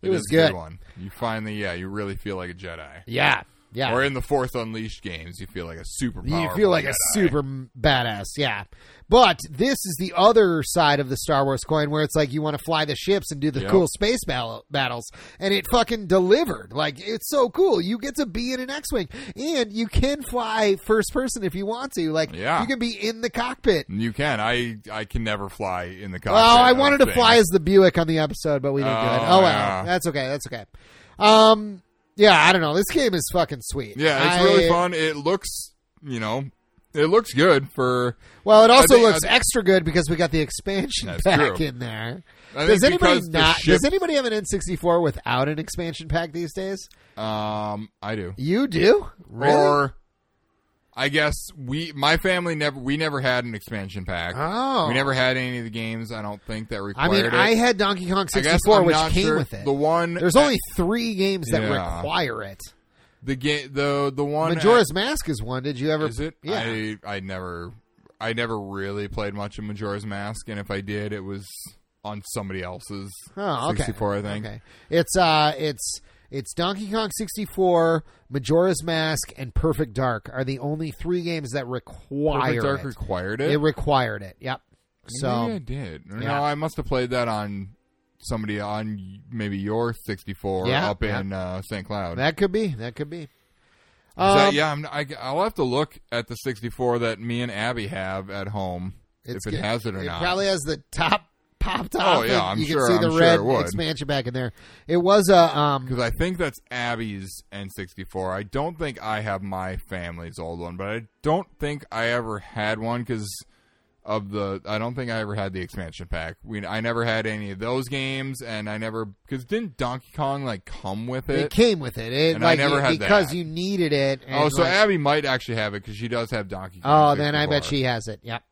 Speaker 2: it,
Speaker 1: It
Speaker 2: was
Speaker 1: is a
Speaker 2: good.
Speaker 1: one. You finally, yeah, you really feel like a Jedi.
Speaker 2: Yeah, yeah.
Speaker 1: Or in the fourth Unleashed games, you feel like a super.
Speaker 2: You
Speaker 1: powerful
Speaker 2: feel like
Speaker 1: Jedi.
Speaker 2: a super m- badass, yeah. But this is the other side of the Star Wars coin where it's like you want to fly the ships and do the
Speaker 1: Yep.
Speaker 2: cool space battle- battles. And it fucking delivered. Like, it's so cool. You get to be in an X Wing and you can fly first person if you want to. Like,
Speaker 1: Yeah.
Speaker 2: you can be in the cockpit.
Speaker 1: You can. I I can never fly in the cockpit.
Speaker 2: Well, I
Speaker 1: don't
Speaker 2: wanted to
Speaker 1: think.
Speaker 2: fly as the Buick on the episode, but we didn't do it.
Speaker 1: Oh,
Speaker 2: Oh, well.
Speaker 1: yeah.
Speaker 2: That's okay. That's okay. Um, yeah, I don't know. This game is fucking sweet.
Speaker 1: Yeah, it's
Speaker 2: I-
Speaker 1: really fun. It looks, you know, it looks good for.
Speaker 2: Well, it also
Speaker 1: think-
Speaker 2: looks
Speaker 1: I-
Speaker 2: extra good because we got the expansion
Speaker 1: That's
Speaker 2: pack
Speaker 1: true.
Speaker 2: in there.
Speaker 1: I
Speaker 2: does
Speaker 1: think
Speaker 2: anybody
Speaker 1: because the
Speaker 2: not?
Speaker 1: ship-
Speaker 2: Does anybody have an N64 without an expansion pack these days?
Speaker 1: Um, I do.
Speaker 2: You do, really?
Speaker 1: Or I guess we my family never we never had an expansion pack.
Speaker 2: Oh.
Speaker 1: We never had any of the games I don't think that required
Speaker 2: I mean,
Speaker 1: it.
Speaker 2: I had Donkey Kong
Speaker 1: I guess
Speaker 2: 64,
Speaker 1: I'm
Speaker 2: which
Speaker 1: not
Speaker 2: came
Speaker 1: sure.
Speaker 2: with it.
Speaker 1: The one
Speaker 2: There's only three games that
Speaker 1: Yeah.
Speaker 2: require it.
Speaker 1: the game the the one
Speaker 2: Majora's Mask is one. Did you ever?
Speaker 1: is it?
Speaker 2: Yeah.
Speaker 1: I I never I never really played much of Majora's Mask and if I did it was on somebody else's
Speaker 2: Oh, okay.
Speaker 1: 64 I think.
Speaker 2: Okay. It's uh, it's it's Donkey Kong 64, Majora's Mask, and Perfect Dark are the only three games that require
Speaker 1: Perfect Dark
Speaker 2: it.
Speaker 1: required
Speaker 2: It
Speaker 1: it.
Speaker 2: required it. Yep. So
Speaker 1: Maybe I did.
Speaker 2: yeah.
Speaker 1: No, I must have played that on somebody on maybe your 64
Speaker 2: Yeah,
Speaker 1: up
Speaker 2: yeah.
Speaker 1: in uh, St. Cloud.
Speaker 2: that could be. That could be.
Speaker 1: Is
Speaker 2: Um,
Speaker 1: that- yeah, I'm, I, I'll have to look at the 64 that me and Abby have at home if it
Speaker 2: good.
Speaker 1: has it or
Speaker 2: it
Speaker 1: not.
Speaker 2: probably has the top *laughs* popped off.
Speaker 1: Oh, yeah,
Speaker 2: and
Speaker 1: I'm
Speaker 2: you
Speaker 1: sure-
Speaker 2: can see the
Speaker 1: I'm sure
Speaker 2: red
Speaker 1: it would.
Speaker 2: expansion back in there. It was a um.
Speaker 1: because I think that's Abby's N64. I don't think I have my family's old one, but I don't think I ever had one because of the. I don't think I ever had the expansion pack. We, I never had any of those games, and I never because didn't Donkey Kong like come with
Speaker 2: It
Speaker 1: it?
Speaker 2: came with it. It
Speaker 1: And I
Speaker 2: like
Speaker 1: never
Speaker 2: it-
Speaker 1: had
Speaker 2: because
Speaker 1: that.
Speaker 2: you needed it. And
Speaker 1: oh, so
Speaker 2: like-
Speaker 1: Abby might actually have it because she does have Donkey Kong.
Speaker 2: oh, then I bet
Speaker 1: 64.
Speaker 2: she has it. Yep.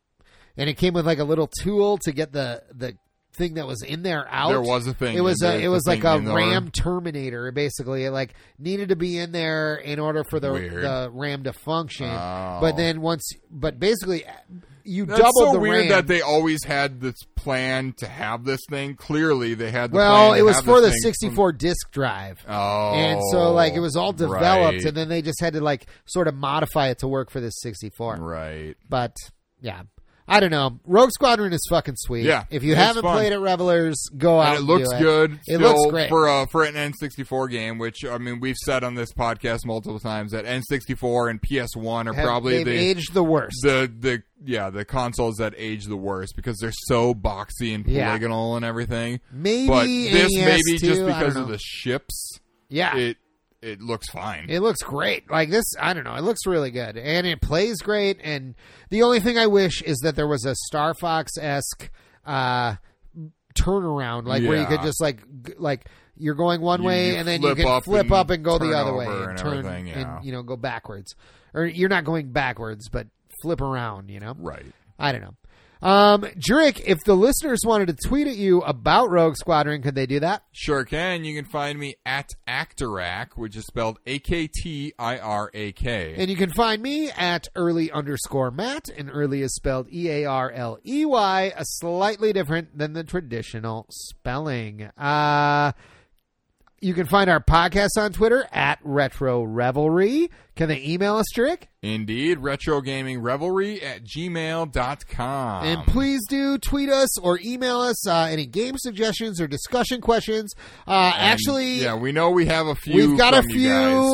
Speaker 2: And it came with like a little tool to get the the thing that was in there out.
Speaker 1: There was a thing.
Speaker 2: It was
Speaker 1: in
Speaker 2: a,
Speaker 1: the-
Speaker 2: it was
Speaker 1: the
Speaker 2: like
Speaker 1: thing
Speaker 2: a
Speaker 1: in the-
Speaker 2: RAM Terminator, basically. It like needed to be in there in order for the,
Speaker 1: Weird.
Speaker 2: the RAM to function.
Speaker 1: Oh.
Speaker 2: But then once, but basically, you
Speaker 1: That's
Speaker 2: doubled
Speaker 1: so
Speaker 2: the
Speaker 1: weird
Speaker 2: RAM.
Speaker 1: that they always had this plan to have this thing. Clearly, they had. The
Speaker 2: well,
Speaker 1: plan to
Speaker 2: it was
Speaker 1: have
Speaker 2: for the
Speaker 1: this thing
Speaker 2: 64 disk drive.
Speaker 1: from- oh,
Speaker 2: and so like it was all developed
Speaker 1: right,
Speaker 2: and then they just had to like sort of modify it to work for this 64.
Speaker 1: right.
Speaker 2: But yeah. I don't know. Rogue Squadron is fucking sweet.
Speaker 1: Yeah,
Speaker 2: If you
Speaker 1: it's
Speaker 2: haven't
Speaker 1: fun.
Speaker 2: played it, Revelers, go out.
Speaker 1: And it looks
Speaker 2: do
Speaker 1: good.
Speaker 2: It
Speaker 1: still
Speaker 2: looks great.
Speaker 1: for a for an N sixty four game. Which I mean, we've said on this podcast multiple times that N sixty four and PS one are
Speaker 2: Have-
Speaker 1: probably
Speaker 2: they've
Speaker 1: the
Speaker 2: aged the worst.
Speaker 1: the the yeah the consoles that age the worst because they're so boxy and
Speaker 2: Yeah.
Speaker 1: polygonal and everything.
Speaker 2: Maybe
Speaker 1: but this
Speaker 2: NES
Speaker 1: maybe
Speaker 2: too,
Speaker 1: just
Speaker 2: I don't
Speaker 1: because of
Speaker 2: know. Ah.
Speaker 1: the ships,
Speaker 2: yeah. It,
Speaker 1: it it looks fine.
Speaker 2: looks great. Like this, I don't know. It looks really good, and it plays great. And the only thing I wish is that there was a Star Fox esque uh, turnaround, like where you could
Speaker 1: Yeah.
Speaker 2: just like g- like you're going one
Speaker 1: You-
Speaker 2: way
Speaker 1: you
Speaker 2: and then you
Speaker 1: flip
Speaker 2: can
Speaker 1: up
Speaker 2: flip
Speaker 1: and
Speaker 2: up and go
Speaker 1: turn
Speaker 2: the other way
Speaker 1: over
Speaker 2: and
Speaker 1: and
Speaker 2: turn
Speaker 1: everything, yeah.
Speaker 2: and you know go backwards, or you're not going backwards, but flip around. You know.
Speaker 1: Right.
Speaker 2: I don't know. Um, Jurek, if the listeners wanted to tweet at you about Rogue Squadron, could they do that?
Speaker 1: Sure can. You can find me at Actorac, which is spelled A K T I R A K.
Speaker 2: And you can find me at early underscore Matt, and early is spelled E A R L E Y, a slightly different than the traditional spelling. Uh, you can find our podcast on Twitter at Retro Revelry. Can they email us, Jurek?
Speaker 1: Indeed, retro gaming revelry at gmail.com.
Speaker 2: And please do tweet us or email us uh, any game suggestions or discussion questions. Uh,
Speaker 1: And,
Speaker 2: actually,
Speaker 1: yeah, we know we have a few.
Speaker 2: We've got a
Speaker 1: from you
Speaker 2: few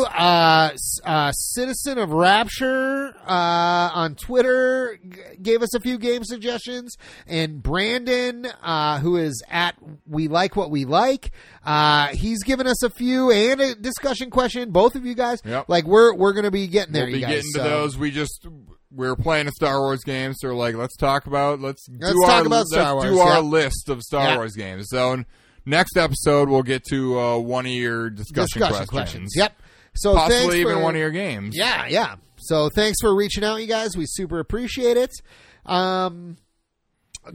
Speaker 1: guys.
Speaker 2: uh, s- uh, citizen of rapture uh, on Twitter g- gave us a few game suggestions, and Brandon, uh, who is at we like what we like, uh, he's given us a few and a discussion question. Both of you guys,
Speaker 1: Yep.
Speaker 2: like we're we're gonna be getting there.
Speaker 1: We'll
Speaker 2: you
Speaker 1: be
Speaker 2: guys,
Speaker 1: getting to
Speaker 2: so.
Speaker 1: those. We just we're playing a Star Wars game, so we're like, let's talk about let's,
Speaker 2: Let's
Speaker 1: do
Speaker 2: talk
Speaker 1: our
Speaker 2: about
Speaker 1: let's
Speaker 2: Star Wars,
Speaker 1: do our
Speaker 2: yeah.
Speaker 1: list of Star
Speaker 2: Yeah.
Speaker 1: Wars games. So n- next episode, we'll get to uh, one of your discussion,
Speaker 2: discussion questions. Yep. So thanks
Speaker 1: possibly even
Speaker 2: for-
Speaker 1: one of your games.
Speaker 2: Yeah, yeah. So thanks for reaching out, you guys. We super appreciate it. Um,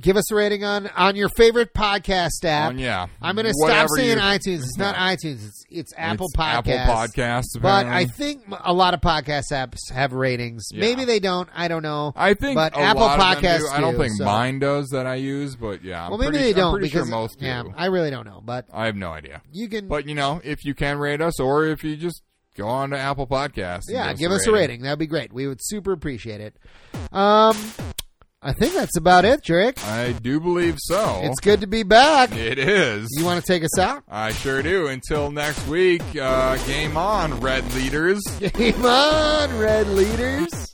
Speaker 2: give us a rating on on your favorite podcast app.
Speaker 1: On- yeah.
Speaker 2: I'm going to stop
Speaker 1: Whatever
Speaker 2: saying
Speaker 1: you-
Speaker 2: iTunes.
Speaker 1: *laughs*
Speaker 2: It's not iTunes. It's it's Apple
Speaker 1: It's
Speaker 2: Podcasts.
Speaker 1: Apple Podcasts.
Speaker 2: But
Speaker 1: apparently.
Speaker 2: I think m- a lot of podcast apps have ratings.
Speaker 1: Yeah.
Speaker 2: Maybe they don't. I don't know.
Speaker 1: I think
Speaker 2: but
Speaker 1: a
Speaker 2: Apple
Speaker 1: lot of them
Speaker 2: Podcasts
Speaker 1: do. I don't
Speaker 2: do,
Speaker 1: think
Speaker 2: so-
Speaker 1: mine does that I use, but yeah. I'm
Speaker 2: well, maybe
Speaker 1: pretty,
Speaker 2: they
Speaker 1: I'm
Speaker 2: don't
Speaker 1: pretty
Speaker 2: because
Speaker 1: sure most do.
Speaker 2: yeah, I really don't know. But
Speaker 1: I have no idea.
Speaker 2: you can
Speaker 1: But you know, if you can rate us, or if you just go on to Apple Podcasts, and
Speaker 2: yeah, give us a rating. That'd be great. We would super appreciate it. Um, I think that's about it, Jerick.
Speaker 1: I do believe so.
Speaker 2: It's good to be back.
Speaker 1: It is.
Speaker 2: You want to take us out? *laughs*
Speaker 1: I sure do. Until next week, uh, game on, Red Leaders.
Speaker 2: Game on, Red Leaders.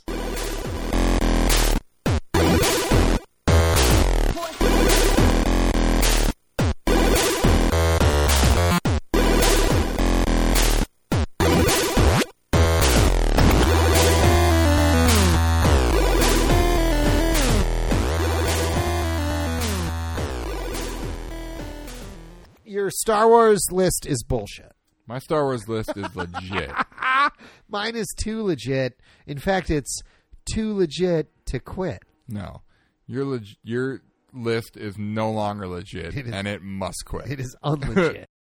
Speaker 2: Your Star Wars list is bullshit.
Speaker 1: My Star Wars list is
Speaker 2: *laughs*
Speaker 1: legit.
Speaker 2: Mine is too legit. In fact, it's too legit to quit.
Speaker 1: No, your leg- your list is no longer legit,
Speaker 2: It is-
Speaker 1: and it must quit.
Speaker 2: It is unlegit.